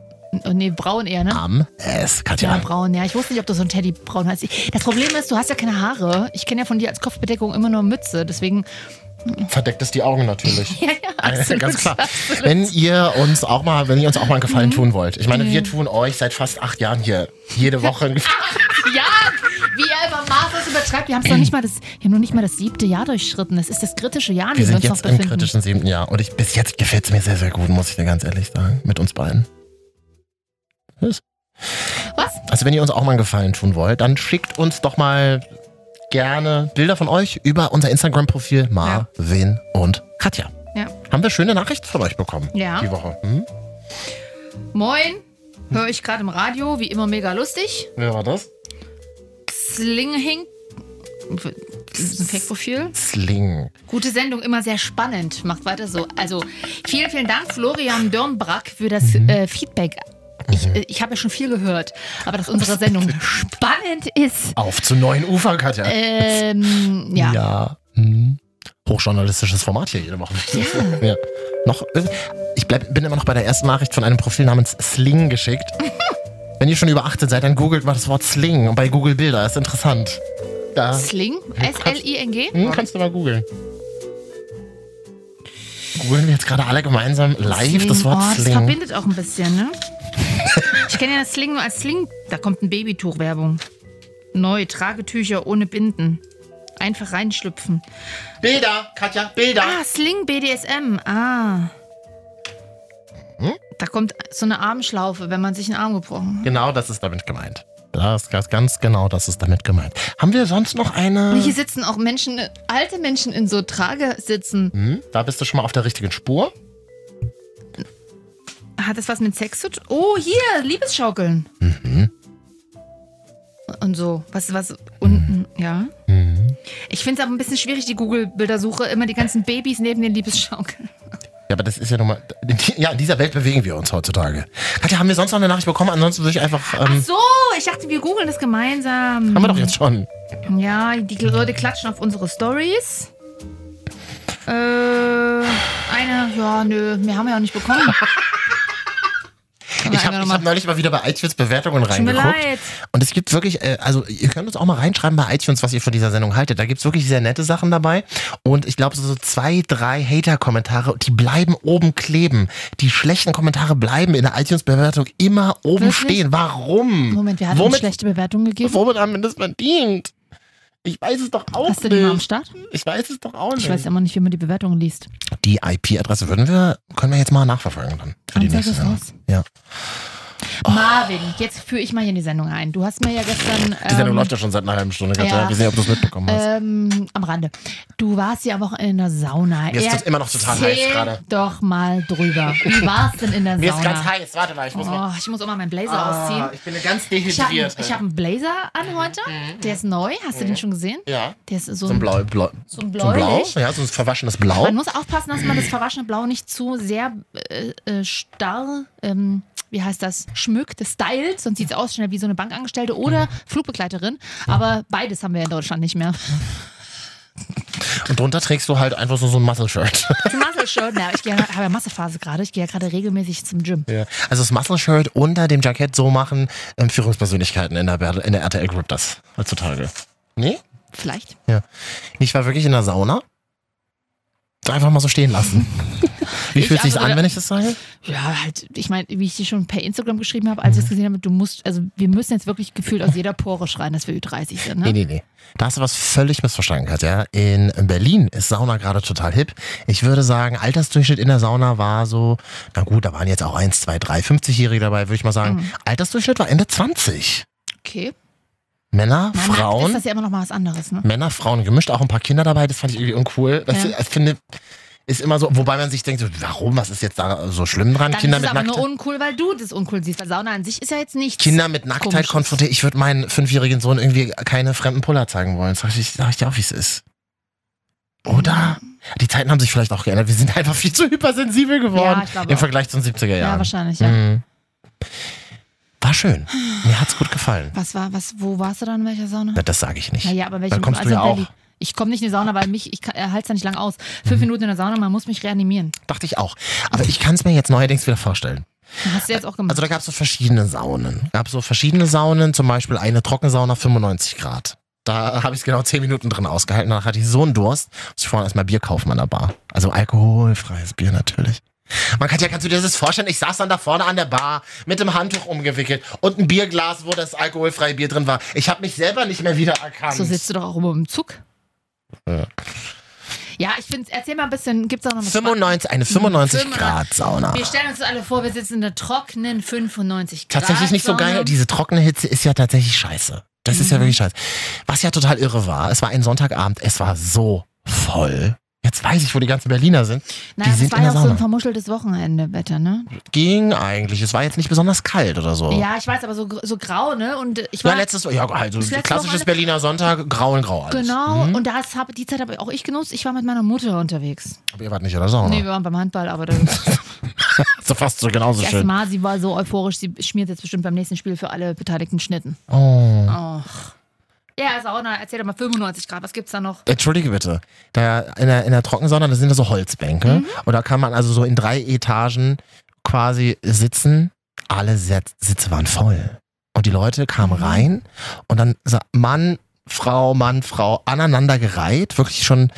Oh, nee, braun eher, ne?
Am S, Katja.
Ja, braun, ja. Ich wusste nicht, ob du so ein Teddybraun hast. Das Problem ist, du hast ja keine Haare. Ich kenne ja von dir als Kopfbedeckung immer nur Mütze. Deswegen,
verdeckt es die Augen natürlich.
[LAUGHS]
Äh,
ja, ja, absolut. Mhm.
Ganz klar. Wenn ihr uns auch mal, wenn ihr uns auch mal einen Gefallen tun wollt. Ich meine, wir tun euch seit fast acht Jahren hier jede Woche
[LAUGHS]
einen
Ah,
Gefallen.
Ja, wie er immer maßlos übertreibt. Wir haben es noch nicht mal das, wir haben noch nicht mal das siebte Jahr durchschritten. Das ist das kritische Jahr, in
Wir
dem wir
sind
uns noch
jetzt im
befinden.
kritischen siebten Jahr und ich, bis jetzt gefällt es mir sehr, sehr gut, muss ich dir ganz ehrlich sagen, mit uns beiden. Was?
Was?
Also wenn ihr uns auch mal einen Gefallen tun wollt, dann schickt uns doch mal gerne Bilder von euch über unser Instagram-Profil Marvin und Katja.
Ja.
Haben wir schöne Nachrichten von euch bekommen
Ja.
die Woche. Hm?
Moin, höre ich gerade im Radio, wie immer mega lustig.
Wer war das?
Slinghink. Das ist ein Fake-Profil.
Sling.
Gute Sendung, immer sehr spannend. Macht weiter so. Also, vielen, vielen Dank, Florian Dörmbrack, für das
Mhm.
äh, Feedback. Ich, äh, ich habe ja schon viel gehört, aber dass unsere Sendung
[LAUGHS]
spannend ist.
Auf zu neuen Ufern, Katja.
Äh, Ähm, ja.
Hm. Hochjournalistisches Format hier jede Woche. [LAUGHS] Ja. Noch, äh, ich bleib, bin immer noch bei der ersten Nachricht von einem Profil namens Sling
[LAUGHS]
geschickt. Wenn ihr schon über 18 seid, dann googelt mal das Wort Sling und bei Google Bilder. Ist interessant. Da
Sling, S-L-I-N-G.
hm, kannst du mal googeln. Googeln wir jetzt gerade alle gemeinsam live das Wort
oh, Das
Sling.
verbindet auch ein
[LAUGHS]
bisschen, ne? ich kenne ja das Sling nur als Sling. Da kommt ein Babytuch-Werbung. Neu, Tragetücher ohne Binden. Einfach reinschlüpfen.
Bilder, Katja, Bilder.
Ah, Sling BDSM. Ah.
Hm?
Da kommt so eine Armschlaufe, wenn man sich einen Arm gebrochen hat.
Genau das ist damit gemeint. Das, das, ganz genau das ist damit gemeint. Haben wir sonst noch eine...
Und hier sitzen auch Menschen, alte Menschen in so Trage sitzen.
Hm, da bist du schon mal auf der richtigen Spur. Hm.
Hat das was mit Sex zu tun? Oh, hier, Liebesschaukeln.
Mhm.
Und so. Was, was, unten, ja.
Mhm.
Ich finde es aber ein bisschen schwierig, die Google-Bildersuche. Immer die ganzen Babys neben den Liebesschaukeln.
Ja, aber das ist ja nochmal. [LAUGHS] Ja, in dieser Welt bewegen wir uns heutzutage. Katja, haben wir sonst noch eine Nachricht bekommen? Ansonsten würde ich einfach.
Ach
Ähm,
so, ich dachte, wir googeln das gemeinsam.
haben wir doch jetzt schon.
Ja, die Leute klatschen auf unsere Stories. Äh, eine, ja, nö, mehr haben wir ja nicht bekommen.
[LAUGHS]
Aber
Ich habe
einfach
hab
nochmal-
neulich mal wieder bei iTunes Bewertungen
Tut mir
reingeguckt.
leid.
Und es gibt wirklich, äh, also ihr könnt uns auch mal reinschreiben bei iTunes, was ihr von dieser Sendung haltet. Da gibt's wirklich sehr nette Sachen dabei. Und ich glaube, so, so zwei, drei Hater-Kommentare, die bleiben oben kleben. Die schlechten Kommentare bleiben in der iTunes-Bewertung immer oben
Wirklich?
stehen. Warum?
Moment, wir hatten
womit,
schlechte Bewertungen gegeben.
womit haben wir das verdient? Ich weiß es doch auch
Hast du die mal am
nicht.
Start?
Ich weiß es doch auch nicht.
Ich weiß immer nicht, wie man die Bewertungen liest.
die IP-Adresse würden wir, können wir jetzt mal nachverfolgen dann. Für die
Dann sag
nächste
es
Sendung.
aus.
Ja. Oh.
Marvin, jetzt führe ich mal hier in die Sendung ein. Du hast mir ja gestern
Die Sendung
ähm,
läuft ja schon seit einer halben Stunde, Katja.
ja.
Wir sehen, ob du es mitbekommen hast.
ähm, am Rande. Du warst ja am Wochenende in der Sauna.
Mir ist das immer noch total heiß
Erzähl
gerade.
doch mal drüber. Wie war es denn in der
Mir ist
Sauna?
ganz heiß. Warte mal, ich muss mal.
Oh, ich muss auch mal meinen Blazer
Ah,
ausziehen.
ich bin ganz
Ich habe
dehydriert.
hab einen Blazer an heute. Der ist neu. Hast du den schon gesehen?
Mhm. ja.
Der ist so,
So ein blau, blau, so
So ein
ein blau,
bläulich.
ja, so ein verwaschenes Blau.
Man muss aufpassen, dass man das verwaschene Blau nicht zu sehr äh, äh, starr, ähm, wie heißt das, schmückt, stylt, sonst sieht es aus schnell wie so eine Bankangestellte oder
Mhm.
Flugbegleiterin. Aber beides haben wir in Deutschland
[LAUGHS]
nicht mehr.
Und drunter trägst du halt einfach so, so ein Muscle-Shirt. [LAUGHS]
Zum Muscle-Shirt, na, ich gehe- habe ja Massephase gerade. Ich gehe ja gerade regelmäßig zum Gym.
Ja. Also das Muscle-Shirt unter dem Jackett so machen ähm, Führungspersönlichkeiten in der, Ber- in der RTL Group das heutzutage. Nee?
Vielleicht.
Ja. Ich war wirklich in der Sauna. Einfach mal so stehen
[LAUGHS]
lassen. Wie
Ich
fühlt sich's
aber-
an, wenn ich das sage?
Ja, halt, ich meine, wie ich dir schon per Instagram geschrieben habe, als
Mhm.
ich es gesehen habe, du musst, also wir müssen jetzt wirklich gefühlt aus jeder Pore schreien, dass wir Ü30 sind.
Nee,
Ne?
nee, nee. Da hast du was völlig missverstanden, Katja. In Berlin ist Sauna gerade total hip. Ich würde sagen, Altersdurchschnitt in der Sauna war so, na gut, da waren jetzt auch 1, 2, 3, 50-Jährige dabei, würde ich mal sagen.
Mhm.
Altersdurchschnitt war Ende 20.
Okay.
Männer,
Na, nackt ist
Frauen,
das ja immer noch mal was anderes, ne?
Männer, Frauen gemischt, auch ein paar Kinder dabei, das fand ich irgendwie uncool. Das
Ja.
ich finde, ist immer so, wobei man sich denkt, so, warum, was ist jetzt da so schlimm dran?
Dann
Kinder
ist
mit
es aber
nackten
nur uncool, weil du das uncool siehst. Weil Sauna an sich ist ja jetzt nichts.
Kinder mit Nacktheit
Komisches.
konfrontiert. Ich würde meinen fünfjährigen Sohn irgendwie keine fremden Puller zeigen wollen. Sag ich, sag ich dir auch, wie es ist. Oder? Die Zeiten haben sich vielleicht auch geändert. Wir sind einfach viel zu hypersensibel geworden
Mhm. Ja, ich glaube
im
auch.
Vergleich zu den 70er
Ja,
Jahren.
wahrscheinlich, ja.
Mhm. War schön. Mir hat's gut
[SIGHS]
gefallen.
Was war, was, wo warst du dann in welcher Sauna?
Na, Das sage ich nicht.
Naja, aber welche
Dann kommst du
also
ja
in Berlin.
auch.
Ich komme nicht in die Sauna, weil mich, ich halte es da nicht lang aus. Fünf
Mhm.
Minuten in der Sauna, man muss mich reanimieren.
Dachte ich auch. Aber ich kann es mir jetzt neuerdings wieder vorstellen.
Das hast du jetzt auch gemacht.
Also da gab es so verschiedene Saunen. Gab so verschiedene Saunen, zum Beispiel eine Trockensauna 95 Grad. Da habe ich es genau 10 Minuten drin ausgehalten. Danach hatte ich so einen Durst, dass ich vorhin erstmal Bier kaufen an der Bar. Also alkoholfreies Bier natürlich. Man kann ja, kannst du dir das vorstellen? Ich saß dann da vorne an der Bar mit dem Handtuch umgewickelt und ein Bierglas, wo das alkoholfreie Bier drin war. Ich habe mich selber nicht mehr wiedererkannt.
so sitzt du doch auch immer im Zug.
Ja.
Ja, ich finde, erzähl mal ein bisschen, gibt's auch noch was?
95, eine 95
95.
Grad Sauna.
Wir stellen uns das alle vor, wir sitzen in der trockenen 95 Grad.
tatsächlich nicht so geil.
Sonne. Mhm.
Diese trockene Hitze ist ja tatsächlich scheiße. Das ist ja wirklich scheiße. Was ja total irre war, es war ein Sonntagabend, es war so voll. Jetzt weiß ich, wo die ganzen Berliner sind.
Naja,
die
das
sind
war
in
ja
der
auch so ein
Sauna.
vermuscheltes Wochenende-Wetter, ne?
Ging eigentlich. Es war jetzt nicht besonders kalt oder so.
Ja, ich weiß, aber so, so grau, ne? Und ich
Oh. Ja,
war.
letztes Ja, also
Das letzte
klassisches
Wochenende-
Berliner Sonntag, grau und grau alles. Mhm.
Genau, und das hab, die Zeit habe auch ich genutzt. Ich war mit meiner Mutter unterwegs.
Aber ihr wart nicht in der Sauna.
Nee, wir waren beim Handball,
[LAUGHS]
aber das,
so fast so genauso
das
schön.
Mal, sie war so euphorisch, sie schmiert jetzt bestimmt beim nächsten Spiel für alle Beteiligten Schnitten.
Oh.
Ach. Ja, Sauna, erzähl doch mal 95 Grad, was gibt's da noch?
Entschuldige bitte. Da in der, in der Trockensauna, da sind da so Holzbänke. Und da kann man also so in drei Etagen quasi sitzen. Alle Sitz- Sitze waren voll. Und die Leute kamen rein und dann sa- Mann, Frau, Mann, Frau aneinander gereiht. Wirklich schon,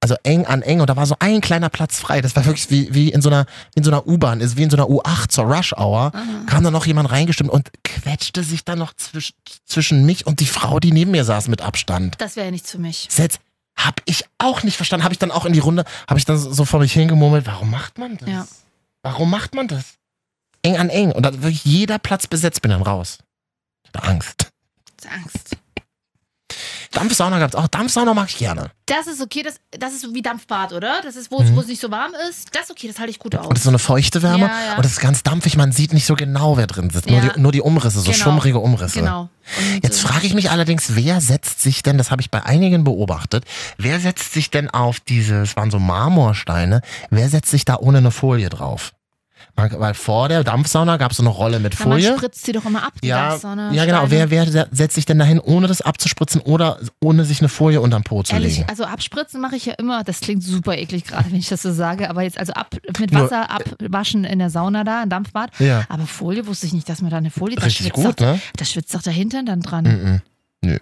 also eng an eng. Und da war so ein kleiner Platz frei. Das war wirklich wie, wie in so einer, in so einer U-Bahn, ist wie in so einer U8 zur Rush Hour. Kam dann noch jemand reingestimmt und quetschte sich dann noch zwisch, zwischen mich und die Frau, die neben mir saß, mit Abstand.
Das wäre ja nichts für mich.
Selbst habe ich auch nicht verstanden. Habe ich dann auch in die Runde, habe ich dann so vor mich hingemurmelt, warum macht man das?
Ja.
Warum macht man das? Eng an eng. Und dann wirklich jeder Platz besetzt bin dann raus. Ich hatte Angst.
Angst.
Dampfsauna gab's auch. Dampfsauna mag ich gerne.
Das ist okay, das, das ist wie Dampfbad, oder? Das ist, wo
Mhm.
wo es nicht so warm ist. Das ist okay, das halte ich gut aus.
Und es ist so eine feuchte Wärme.
Ja, ja.
Und es ist ganz dampfig, man sieht nicht so genau, wer drin sitzt. Nur,
Ja.
die, nur die Umrisse, so
Genau.
schummrige Umrisse.
Genau. Und,
Jetzt
äh,
frage ich mich allerdings, wer setzt sich denn, das habe ich bei einigen beobachtet, wer setzt sich denn auf diese, es waren so Marmorsteine, wer setzt sich da ohne eine Folie drauf? Man, weil vor der Dampfsauna gab es so eine Rolle mit
na, man
Folie.
spritzt sie doch immer ab, die
Ja,
Dampfsauna.
ja, genau.
Steine.
Wer, wer se- setzt sich denn dahin, ohne das abzuspritzen oder ohne sich eine Folie unterm Po zu
Ehrlich,
legen?
also abspritzen mache ich ja immer. Das klingt super eklig gerade, wenn ich das so sage. Aber jetzt also ab mit
Nur,
Wasser abwaschen in der Sauna da, im Dampfbad.
Ja.
Aber Folie wusste ich nicht, dass man da eine Folie. da
Richtig
schwitzt
gut,
doch,
ne?
Da schwitzt doch der Hintern dann dran.
Mhm.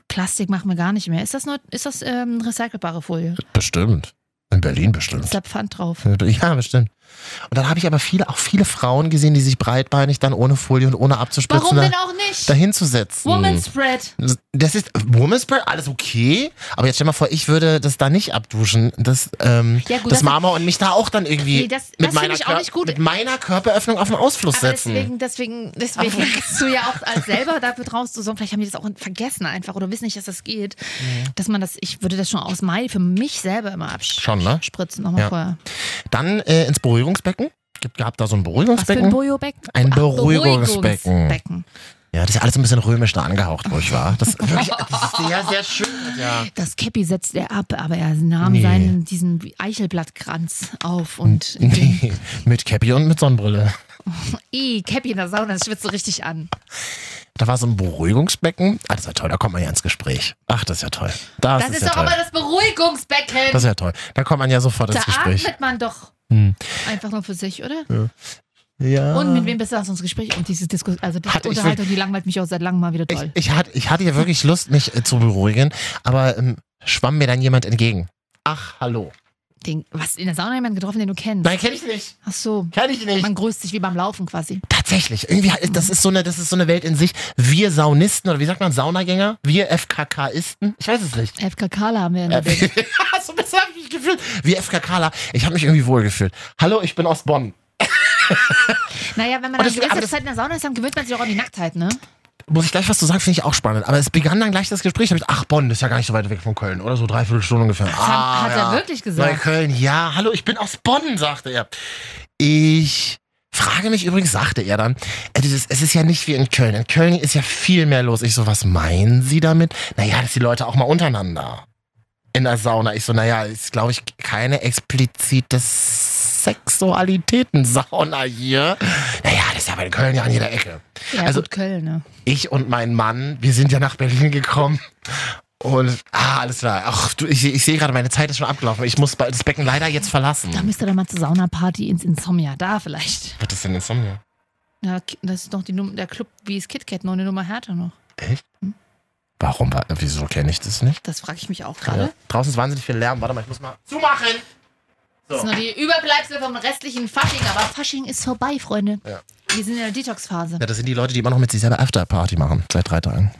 Plastik machen wir gar nicht mehr. Ist das nur, ist das ähm, recycelbare Folie?
Bestimmt. In Berlin bestimmt.
Ist da Pfand drauf?
Ja, bestimmt. Und dann habe ich aber viele, auch viele Frauen gesehen, die sich breitbeinig dann ohne Folie und ohne abzuspritzen
Warum
da,
denn auch nicht?
dahin zu setzen.
Woman Spread.
Das ist Woman's Prayer, alles okay. Aber jetzt stell mal vor, ich würde das da nicht abduschen, das, ähm,
Ja, gut,
das
das-
Marmor und mich da auch dann irgendwie
Nee, das-
mit,
das
meiner
finde ich auch
Kör-
nicht gut.
mit meiner Körperöffnung auf den Ausfluss
Aber
setzen.
deswegen, deswegen, deswegen bist du ja auch als selber dafür draußen, so, vielleicht haben die das auch vergessen einfach oder wissen nicht, dass das geht. Dass man das, ich würde das schon aus Mai für mich selber immer abspritzen.
Schon, ne?
nochmal
Ja.
vorher.
Dann äh, ins Beruhigungsbecken. Gibt, gab da so ein
Was für ein
Beruhigungsbecken?
Bojo-Becken?
Ein
Ach,
Beruhigungsbecken.
Beruhigungsbecken.
ja, das ist ja alles so ein bisschen römisch da angehaucht, wo ich war. Das ist wirklich das ist sehr, sehr schön. Ja.
[LAUGHS] Das Käppi setzt er ab, aber er nahm
Nee.
seinen, diesen Eichelblattkranz auf und den,
Nee, mit Cappy und mit Sonnenbrille.
Ih, Käppi in der Sauna, das schwitzt so richtig an.
Da war so ein Beruhigungsbecken. Ah, das ist ja toll, da kommt man ja ins Gespräch. Ach, das ist ja toll. Das,
Das,
ist,
ist,
ja
doch
toll.
aber das Beruhigungsbecken.
Das ist ja toll. Da kommt man ja sofort
da
ins Gespräch.
atmet man doch
Hm.
einfach nur für sich, oder?
Ja.
Und mit wem bist du aus uns Gespräch? Und diese Diskussion, also die
Hat- ich
Unterhaltung, die langweilt mich auch seit langem mal wieder
Ich,
toll.
ich, hatte, ich hatte ja wirklich Lust, mich äh, zu beruhigen, aber ähm, schwamm mir dann jemand entgegen. Ach, hallo.
Den, was, in der Sauna jemanden getroffen, den du kennst?
Nein, kenn ich nicht.
Ach so.
Kenn ich nicht.
Man grüßt sich wie beim Laufen quasi.
Tatsächlich. Irgendwie, hat- das ist, so eine, das ist so eine Welt in sich. Wir Saunisten, oder wie sagt man, Saunagänger? Wir FKKisten? Ich weiß es nicht. [LAUGHS]
FKKler haben wir in der Welt.
Äh, so besser habe ich mich gefühlt. Wie FKKler. Ich habe mich irgendwie wohlgefühlt. Hallo, ich bin aus Bonn.
Naja, wenn
Und das-
man dann
aber
gewisse
das-
Zeit in der Sauna ist, dann gewöhnt man sich auch an die Nacktheit, ne?
Muss ich gleich was zu sagen, finde ich auch spannend. Aber es begann dann gich das Gespräch. Hab ich, ach, Bonn, das ist ja gar nicht so weit weg von Köln. Oder so dreiviertel Stunde ungefähr.
hat-
ah,
hat er
ja.
wirklich gesagt?
Neukölln, ja. Hallo, ich bin aus Bonn, sagte er. Ich frage mich übrigens, sagte er dann, äh, dieses, es ist ja nicht wie in Köln. In Köln ist ja viel mehr los. Ich so, was meinen Sie damit? Naja, dass die Leute auch mal untereinander in der Sauna. Ich so, naja, ist, glaube ich, keine explizite Sexualitäten-Sauna hier. Naja, das ist ja bei Köln ja an jeder Ecke
Ja,
Also-
gut, Köln, ne?
ich und mein Mann, wir sind ja nach Berlin gekommen. Und, ah, alles klar. Ach, du, ich, ich sehe gerade, meine Zeit ist schon abgelaufen. Ich muss bald das Becken leider jetzt verlassen.
Da müsst ihr dann mal zur Saunaparty ins Insomnia, da vielleicht.
Wird das denn jetzt Sommer?
Ja, Ki- das ist noch die Num der Club, wie es KitKat, noch eine Nummer härter noch.
Warum? wa- Wieso kenne ich das nicht?
Das frage ich mich auch gerade.
Ja. Draußen ist wahnsinnig viel Lärm. Warte mal, ich muss mal zumachen.
Das sind noch die Überbleibsel vom restlichen Fasching, aber Fasching ist vorbei, Freunde.
Ja.
Wir sind in der Detox-Phase.
Ja, das sind die Leute, die immer noch mit sich selber Afterparty machen. Seit drei Tagen.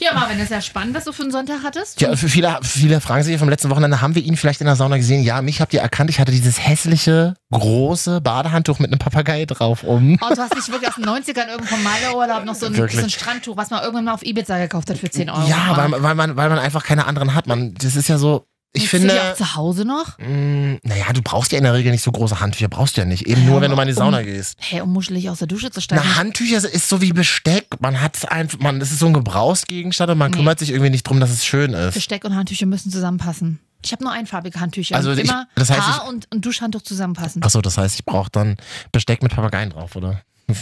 Ja, Marvin, das ist ja spannend, was du für einen Sonntag hattest.
Ja, für viele, viele fragen sich vom letzten Wochenende, haben wir ihn vielleicht in der Sauna gesehen? Ja, mich habt ihr erkannt. Ich hatte dieses hässliche, große Badehandtuch mit einem Papagei drauf um.
Oh, du hast nicht wirklich aus den 90ern irgendwo vom Malerurlaub noch so ein,
Wirklich.
so ein Strandtuch, was man irgendwann mal auf Ibiza gekauft hat für 10 Euro.
Ja, weil, weil, man, weil man einfach keine anderen hat. Man, das ist ja so. Ich
Nutzt du die auch
finde,
zu Hause noch?
mh, naja, du brauchst Hm, ja in der Regel nicht so große Handtücher, brauchst du ja nicht. Eben nur, wenn du mal in die Sauna gehst.
Hä, hey, um muschelig aus der Dusche zu steigen.
Na, Handtücher ist so wie Besteck. Man hat's einfach, man, das ist so ein Gebrauchsgegenstand und man kümmert sich irgendwie nicht drum, dass es schön ist.
Besteck und Handtücher müssen zusammenpassen. Ich habe nur einfarbige Handtücher.
Also
Und
ich-
immer
das heißt,
Haar und, und Duschhandtuch zusammenpassen.
Achso, das heißt, ich brauche dann Besteck mit Papageien drauf, oder?
Mm,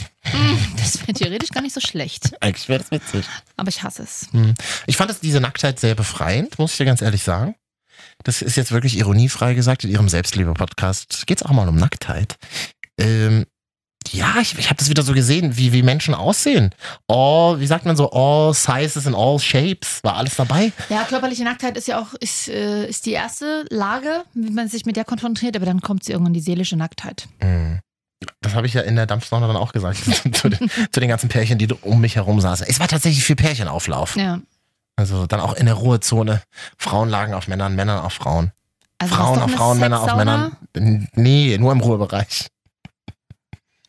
Das wäre theoretisch gar nicht so schlecht.
Eigentlich wäre das witzig.
Aber ich hasse es.
Ich fand das, diese Nacktheit sehr befreiend, muss ich dir ganz ehrlich sagen. Das ist jetzt wirklich ironiefrei gesagt. In ihrem Selbstliebe-Podcast geht's auch mal um Nacktheit. Ähm, ja, ich, ich habe das wieder so gesehen, wie, wie Menschen aussehen. All, wie sagt man so, all sizes and all shapes. War alles dabei.
Ja, körperliche Nacktheit ist ja auch ist, äh, ist die erste Lage, wie man sich mit der konfrontiert, aber dann kommt sie irgendwann die seelische Nacktheit.
Mhm. Das habe ich ja in der Dampfsauna dann auch gesagt, [LAUGHS] zu, den, zu den ganzen Pärchen, die um mich herum saßen. Es war tatsächlich viel Pärchenauflauf.
Ja.
Also dann auch in der Ruhezone. Frauen lagen auf Männern, Männer auf Frauen.
Also das ist
Frauen
doch
auf
eine
Frauen, Männer auf
Sexsauna.
Männern. Nee, nur im Ruhebereich.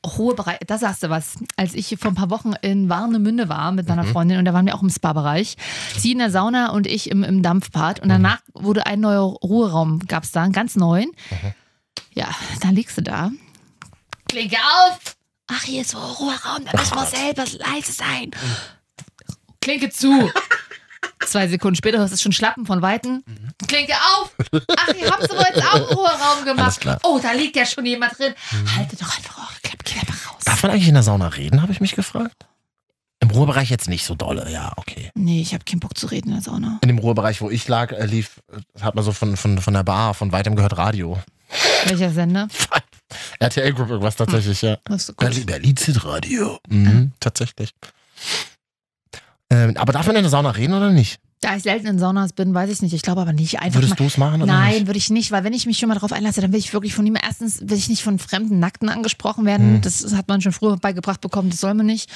hohe Bereich, da sagst du was. Als ich vor ein paar Wochen in Warnemünde war mit meiner
Mhm.
Freundin und da waren wir auch im Spa-Bereich. Sie in der Sauna und ich im, im Dampfbad und danach
Mhm.
wurde ein neuer Ruheraum, gab es da, einen ganz neuen. Ja, dann liegst du da. Klinke auf! Ach, hier ist so ein Ruheraum, da muss man selber leise sein.
Mhm. [LAUGHS]
Klinke zu! Zwei Sekunden später hörst du schon Schlappen von Weitem. Klinke auf! Ach, ihr habt sowohl jetzt auch einen Ruheraum
Mhm. Alles
gemacht.
klar.
Oh, da liegt ja schon jemand drin. Haltet doch einfach eure Klappkleber raus.
Darf man eigentlich in der Sauna reden, habe ich mich gefragt? Im Ruhebereich jetzt nicht so dolle, ja, okay.
Nee, ich habe keinen Bock zu reden in der Sauna.
In dem Ruhebereich, wo ich lag, äh, lief, äh, hat man so von, von, von der Bar, von weitem gehört Radio.
Welcher Sender?
RTL Group irgendwas tatsächlich, ja.
Das ist gut.
Berlin, Berlin City Radio. Mhm, tatsächlich. Ähm, aber darf man in der Sauna reden oder nicht?
Da ich selten in Saunas bin, weiß ich nicht. Ich glaube aber nicht. Einfach
Würdest du es machen
mal.
oder
Nein,
nicht?
würde ich nicht, weil wenn ich mich schon mal darauf einlasse, dann will ich wirklich von ihm. Erstens will ich nicht von fremden Nackten angesprochen werden.
Hm.
Das hat man schon früher beigebracht bekommen, das soll man nicht.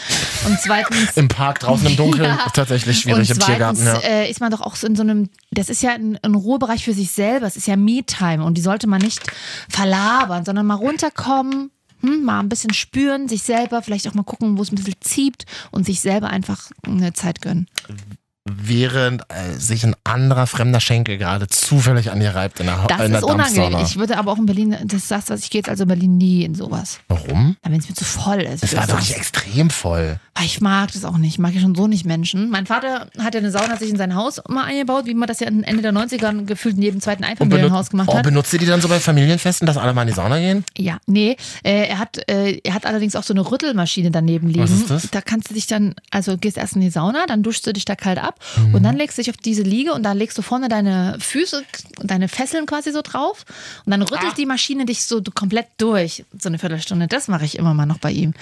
Und zweitens.
Im Park draußen im Dunkeln
[LAUGHS] Ja.
ist tatsächlich schwierig
und
im
zweitens
Tiergarten. Ja.
äh, ist man doch auch so in so einem, das ist ja ein, ein Ruhebereich für sich selber, es ist ja Me-Time und die sollte man nicht verlabern, sondern mal runterkommen, hm, mal ein bisschen spüren, sich selber, vielleicht auch mal gucken, wo es ein bisschen zieht und sich selber einfach eine Zeit gönnen.
Während äh, sich ein anderer fremder Schenkel gerade zufällig an dir reibt in der, Ha-
Das
in der
ist unangenehm.
Dampfsauna.
Ich würde aber auch in Berlin, das sagst du, was ich gehe jetzt also in Berlin nie in sowas.
Warum?
Wenn es mir zu voll ist.
Es war wirklich extrem voll.
Aber Ich mag das auch nicht. Ich mag ja schon so nicht Menschen. Mein Vater hat ja eine Sauna sich in sein Haus mal eingebaut, wie man das ja Ende der 90er gefühlt in jedem zweiten Einfamilienhaus gemacht
oh,
hat.
benutzt ihr die dann so bei Familienfesten, dass alle mal in die Sauna gehen?
Ja, nee, äh, er hat äh, er hat allerdings auch so eine Rüttelmaschine daneben liegen.
Was ist das?
Da kannst du dich dann, also gehst erst in die Sauna, dann duschst du dich da kalt ab
Mhm.
und dann legst du dich auf diese Liege und da legst du vorne deine Füße, deine Fesseln quasi so drauf und dann rüttelt die Maschine dich so du- komplett durch, so eine Viertelstunde. Das mache ich immer mal noch bei ihm.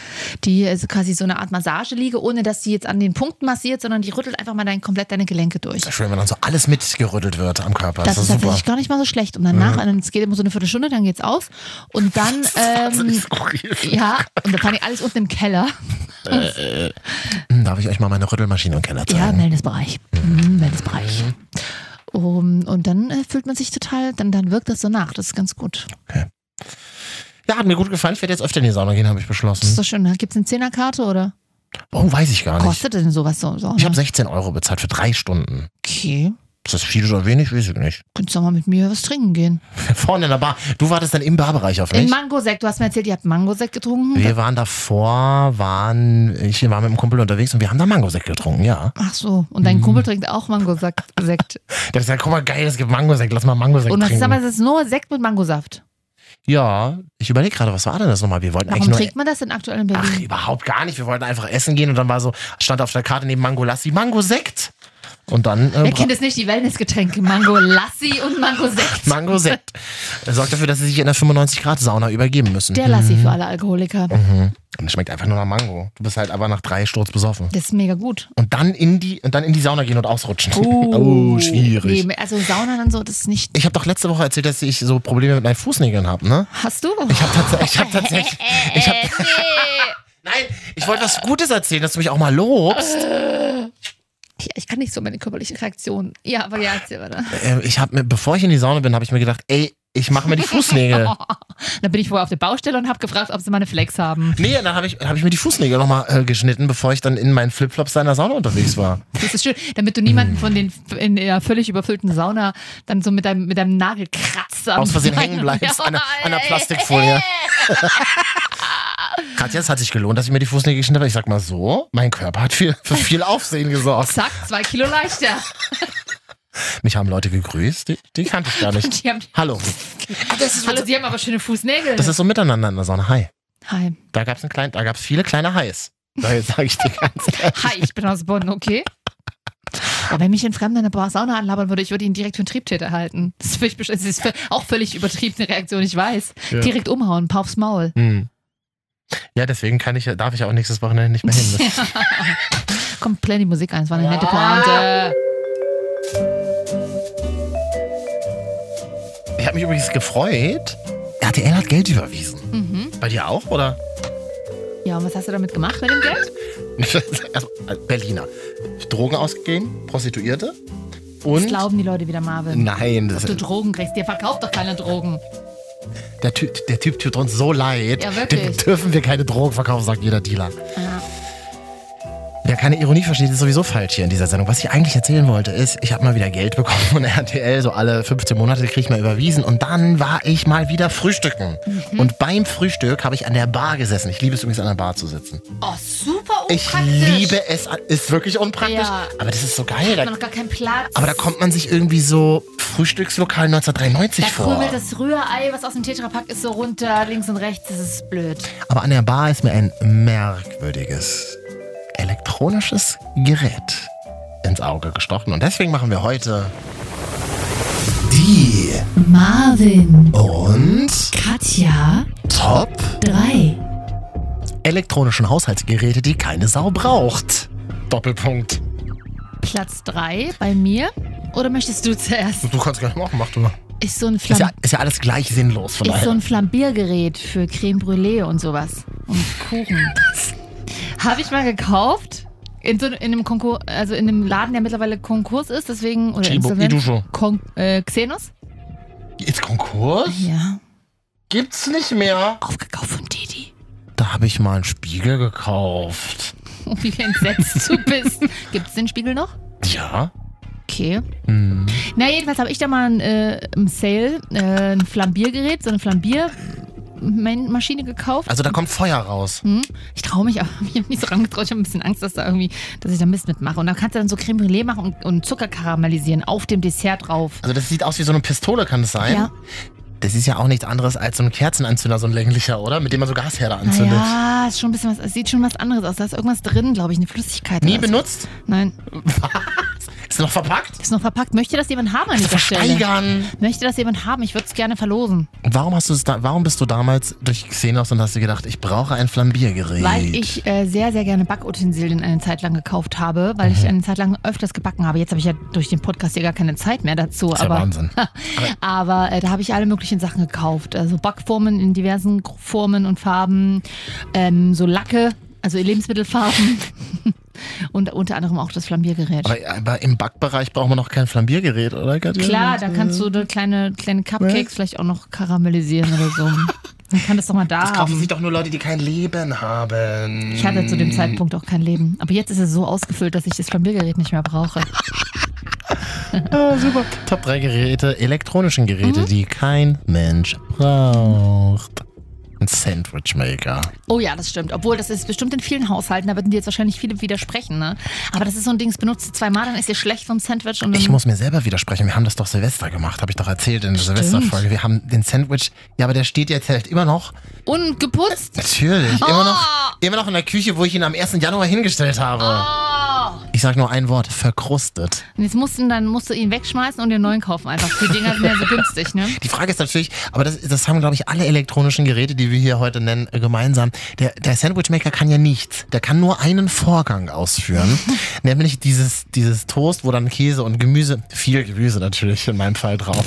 Die ist quasi so eine Art Massageliege, ohne dass sie jetzt an den Punkten massiert, sondern die rüttelt einfach mal dein, komplett deine Gelenke durch.
Ist ja schön, wenn dann so alles mitgerüttelt wird am Körper.
Das, ist
doch super.
tatsächlich gar nicht mal so schlecht. Und danach, und es geht immer so eine Viertelstunde, dann geht's aus.
[LAUGHS]
Und dann, ähm, ja, und dann fand ich alles unten im Keller.
Hm, Darf ich euch mal meine Rüttelmaschine im Keller
Ja, ne.
zeigen?
Wellnessbereich. Mhm, Wellnessbereich. Um, und dann äh, fühlt man sich total, dann, dann wirkt das so nach. Das ist ganz gut.
Ja, hat mir gut gefallen. Ich werde jetzt öfter in die Sauna gehen, habe ich
Das ist
beschlossen.
doch schön. Gibt es eine Zehnerkarte oder?
Oh, weiß Mhm. ich gar nicht.
Kostet denn sowas so? so ne?
Ich habe 16 Euro bezahlt für drei Stunden.
okay.
Ist das viel oder wenig? Weiß ich nicht. [LAUGHS]
Könntest du doch mal mit mir was trinken gehen?
Vorne in der Bar. Du wartest dann im Barbereich auf
In
mich.
Mangosekt. Du hast mir erzählt, ihr habt Mangosekt getrunken.
Wir waren davor, waren, ich war mit einem Kumpel unterwegs und wir haben da Mangosekt getrunken, ja.
Ach so. Und
Mhm.
dein Kumpel trinkt
[LAUGHS]
auch Mangosekt. Sekt.
Der hat gesagt, guck mal, geil, es gibt Mangosekt, lass mal Mangosekt
Und was ist
trinken.
aber, es ist nur Sekt mit Mangosaft.
ja, ich überlege gerade, was war denn das nochmal? Wir wollten
Warum
eigentlich
trinkt
nur...
man das denn aktuell in Berlin?
Ach, überhaupt gar nicht. Wir wollten einfach essen gehen und dann war so, stand auf der Karte neben Mangolassi, Mangosekt. Und dann... Äh,
Wer kennt es nicht, die Wellnessgetränke? Mango Lassi und Mango Sekt.
Mangosekt. Sorgt dafür, dass sie sich in der 95-Grad-Sauna übergeben müssen.
Der Lassi für alle Alkoholiker.
Und es schmeckt einfach nur nach Mango. Du bist halt aber nach drei Sturz besoffen.
Das ist mega gut.
Und dann in die, und dann in die Sauna gehen und ausrutschen. [LAUGHS] oh schwierig.
Uh, Nee, also Sauna dann so, das ist nicht.
Ich habe doch letzte Woche erzählt, dass ich so Probleme mit meinen Fußnägeln habe, ne?
Hast du?
Ich habe tatsächlich, ich habe tatsächlich,
[LAUGHS]
ich habe, nein, ich wollte was Gutes erzählen, dass du mich auch mal lobst.
Ich, ich kann nicht so meine körperliche Reaktion. Ja, aber ja, erzähl weiter.
Äh, Ich habe mir, bevor ich in die Sauna bin, habe ich mir gedacht, ey, ich mache mir die
[LAUGHS]
Fußnägel.
Dann bin ich vorher auf der Baustelle und habe gefragt, ob sie meine Flex haben.
Nee, dann habe ich, dann hab ich mir die Fußnägel nochmal äh, geschnitten, bevor ich dann in meinen Flipflops da in der Sauna unterwegs war.
Das ist schön, damit du
Hm.
niemanden von den in der völlig überfüllten Sauna dann so mit deinem, mit deinem Nagel kratzt. am
Aus Versehen
Bein.
hängen bleibst
[LAUGHS] Ja,
an, der- an der
ey. [LAUGHS]
Plastikfolie. Katja, es hat sich gelohnt, dass ich mir die Fußnägel geschnitten habe. Ich sag mal so, mein Körper hat viel, für viel Aufsehen gesorgt.
Zack, zwei Kilo leichter. [LAUGHS]
Mich haben Leute gegrüßt, die, die kannte ich gar
[LAUGHS]
nicht.
Die haben,
Hallo. Ah, Das ist, also
hallo, sie haben aber schöne Fußnägel.
das ist so miteinander in der Sauna. Hi.
Hi.
Da gab's einen kleinen, da gab's viele kleine Highs. Da [LAUGHS] sage ich dir ganz ehrlich.
Hi, ich bin aus Bonn, okay? Aber wenn mich ein Fremder in der Sauna anlabern würde, ich würde ihn direkt für einen Triebtäter halten. Das ist, völlig, besch- das ist vö- auch völlig übertriebene Reaktion, ich weiß.
Ja.
Direkt umhauen, paar aufs Maul.
Hm. Ja, deswegen kann ich, ja- darf ich ja auch nächstes Wochenende nicht mehr [LAUGHS] hin.
Kommt play die Musik ein, das war eine nette Pointe.
Ich habe mich übrigens gefreut. RTL hat Geld überwiesen.
Mhm.
Bei dir auch, oder? [LAUGHS]
Ja, und was hast du damit gemacht mit dem Geld?
Erstmal, äh, Berliner. Drogen ausgegeben, Prostituierte. Und. äh,
Das glauben die Leute wieder, Marvin.
Nein, das
Dass du Drogen kriegst. Dir verkauft doch keine Drogen.
Der, Ty der Typ tut uns so leid.
Ja,
Dem
wirklich.
dürfen wir keine Drogen verkaufen, sagt jeder Dealer.
Ja.
Wer keine Ironie versteht, ist sowieso falsch hier in dieser Sendung. Was ich eigentlich erzählen wollte, ist, ich habe mal wieder Geld bekommen von [LAUGHS] RTL, so alle 15 Monate krieg ich mal überwiesen und dann war ich mal wieder frühstücken.
Mhm.
Und beim Frühstück habe ich an der Bar gesessen. Ich liebe es übrigens, an der Bar zu sitzen.
Oh, super
Ich
unpraktisch.
liebe es, ist wirklich unpraktisch,
Ja.
aber das ist so geil.
Da
Da,
hat man noch gar keinen Platz.
aber da kommt man sich irgendwie so Frühstückslokal 1993
da
vor.
krümelt das Rührei, was aus dem Tetrapack ist, so runter, links und rechts. Das ist blöd.
Aber an der Bar ist mir ein merkwürdiges elektronisches Gerät ins Auge gestochen. Und deswegen machen wir heute die
Marvin,
und
Katja,
top
3.
elektronischen Haushaltsgeräte, die keine Sau braucht. Doppelpunkt.
Platz 3 bei mir. Oder möchtest du zuerst?
Du kannst gerne machen, mach du.
Ist so ein,
Ist
Flam
ja, ist ja alles gleich sinnlos von
ist so
daher.
ein Flambiergerät für Creme Brûlée und sowas. Und
[LAUGHS]
Kuchen. Habe ich mal gekauft. In, so, in einem Konkurs, also in einem Laden, der mittlerweile Konkurs ist, deswegen. Oder
Chibo,
insolvent.
Idusho.
Kon äh, Xenos?
Ist Konkurs?
Ja.
Gibt's nicht mehr.
Aufgekauft von Didi.
Da habe ich mal einen Spiegel gekauft.
Oh, wie entsetzt du bist.
[LAUGHS]
Gibt es den Spiegel noch?
Ja?
Okay.
Mhm.
Na, jedenfalls habe ich da mal ein, äh, im Sale äh, ein Flambiergerät, so eine Flambiermaschine gekauft.
Also da kommt Feuer raus.
Hm. Ich traue mich, aber [LAUGHS] ich habe nicht so rangetraut. Ich habe ein bisschen Angst, dass da irgendwie, dass ich da Mist mitmache. Und dann kannst du dann so Creme Brûlée machen und, und Zucker karamellisieren auf dem Dessert drauf.
Also das sieht aus wie so eine Pistole, kann es sein?
Ja.
Das ist ja auch nichts anderes als so ein Kerzenanzünder, so ein länglicher, oder? Mit dem man so Gasherde
Na
anzündet.
ja, ist schon ein bisschen was, es sieht schon was anderes aus. Da ist irgendwas drin, glaube ich, eine Flüssigkeit.
Nie
oder so.
benutzt?
Nein,
Ist noch verpackt?
ist noch verpackt. Möchte das jemand haben an dieser Stelle?
Versteigern!
Möchte das jemand haben? Ich würde es gerne verlosen.
Warum, hast du es da, warum bist du damals durch Xenos und hast dir gedacht, ich brauche ein Flambiergerät?
Weil ich äh, sehr, sehr gerne Backutensilien eine Zeit lang gekauft habe, weil
Mhm.
ich eine Zeit lang öfters gebacken habe. Jetzt habe ich ja durch den Podcast hier gar keine Zeit mehr dazu.
Ist ja
aber [LAUGHS]
Wahnsinn.
aber äh, da habe ich alle möglichen Sachen gekauft. Also Backformen in diversen Gro- Formen und Farben, ähm, so Lacke, also Lebensmittelfarben [LAUGHS] und unter anderem auch das Flamiergerät.
Aber, aber im Backbereich braucht man noch kein Flambiergerät, oder? Katja?
Klar, da kannst du da kleine, kleine Cupcakes vielleicht auch noch karamellisieren oder
[LAUGHS]
so. Man kann das doch mal da
Das kaufen
haben.
sich doch nur Leute, die kein Leben haben.
Ich hatte
Mm.
zu dem Zeitpunkt auch kein Leben. Aber jetzt ist es so ausgefüllt, dass ich das Flamiergerät nicht mehr brauche.
Ah, super. Top 3 Geräte, elektronischen Geräte, die kein Mensch braucht. Ein Sandwichmaker.
Oh ja, das stimmt. Obwohl, das ist bestimmt in vielen Haushalten, da würden dir jetzt wahrscheinlich viele widersprechen, ne? Aber das ist so ein Ding, das benutzt du zweimal, dann ist dir schlecht vom Sandwich und dann
Ich muss mir selber widersprechen. Wir haben das doch Silvester gemacht, habe ich doch erzählt in der Silvesterfolge. Wir haben den Sandwich, ja, aber der steht jetzt halt immer noch.
ungeputzt.
Natürlich,
Oh.
immer noch, immer noch in der Küche, wo ich ihn am 1. Januar hingestellt habe.
Oh.
Ich sag nur ein Wort, verkrustet.
Und jetzt musst du, dann musst du ihn wegschmeißen und den neuen kaufen einfach. Die Dinger sind ja so günstig, ne?
Die Frage ist natürlich, aber das, das haben, glaube ich, alle elektronischen Geräte, die wir hier heute nennen, äh, gemeinsam. Der, der Sandwichmaker kann ja nichts. Der kann nur einen Vorgang ausführen, nämlich dieses, dieses Toast, wo dann Käse und Gemüse, viel Gemüse natürlich in meinem Fall drauf.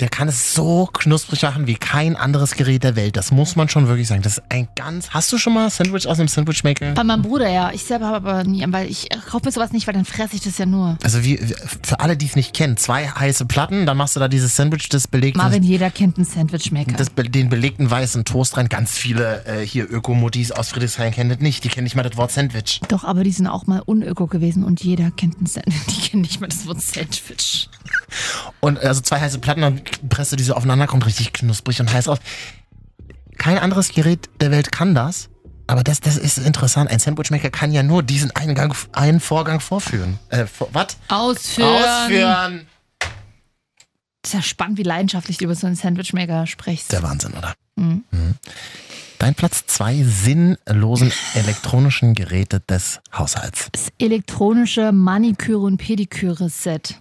Der kann es so knusprig machen wie kein anderes Gerät der Welt. Das muss man schon wirklich sagen. Das ist ein ganz. Hast du schon mal Sandwich aus dem Sandwichmaker?
Bei meinem Bruder ja. Ich selber habe aber nie, weil ich kaufe mir sowas nicht, weil dann fresse ich das ja nur.
Also wie, wie- für alle, die es nicht kennen, zwei heiße Platten, dann machst du da dieses Sandwich, das belegt
Marvin, jeder kennt einen Sandwichmaker.
das, be- den belegten weißen Toast rein. Ganz viele äh, hier Ökomodis aus Friedrichshain kennen das nicht. Die kennen nicht mal das Wort Sandwich.
Doch, aber die sind auch mal unöko gewesen und jeder kennt einen Sandwich. [LAUGHS] Die kennen nicht mal das Wort Sandwich.
Und äh, also zwei heiße Platten, dann presst du diese aufeinander, kommt richtig knusprig und heiß auf. Kein anderes Gerät der Welt kann das. Aber das, das ist interessant. Ein Sandwichmaker kann ja nur diesen einen, Gang, einen Vorgang vorführen. Äh, vor, was?
Ausführen.
Ausführen.
Das ist ja spannend, wie leidenschaftlich du über so einen Sandwichmaker sprichst.
Der Wahnsinn, oder?
Mhm.
Mhm. Dein Platz zwei sinnlosen elektronischen Geräte des Haushalts.
Das elektronische Maniküre- und Pediküre-Set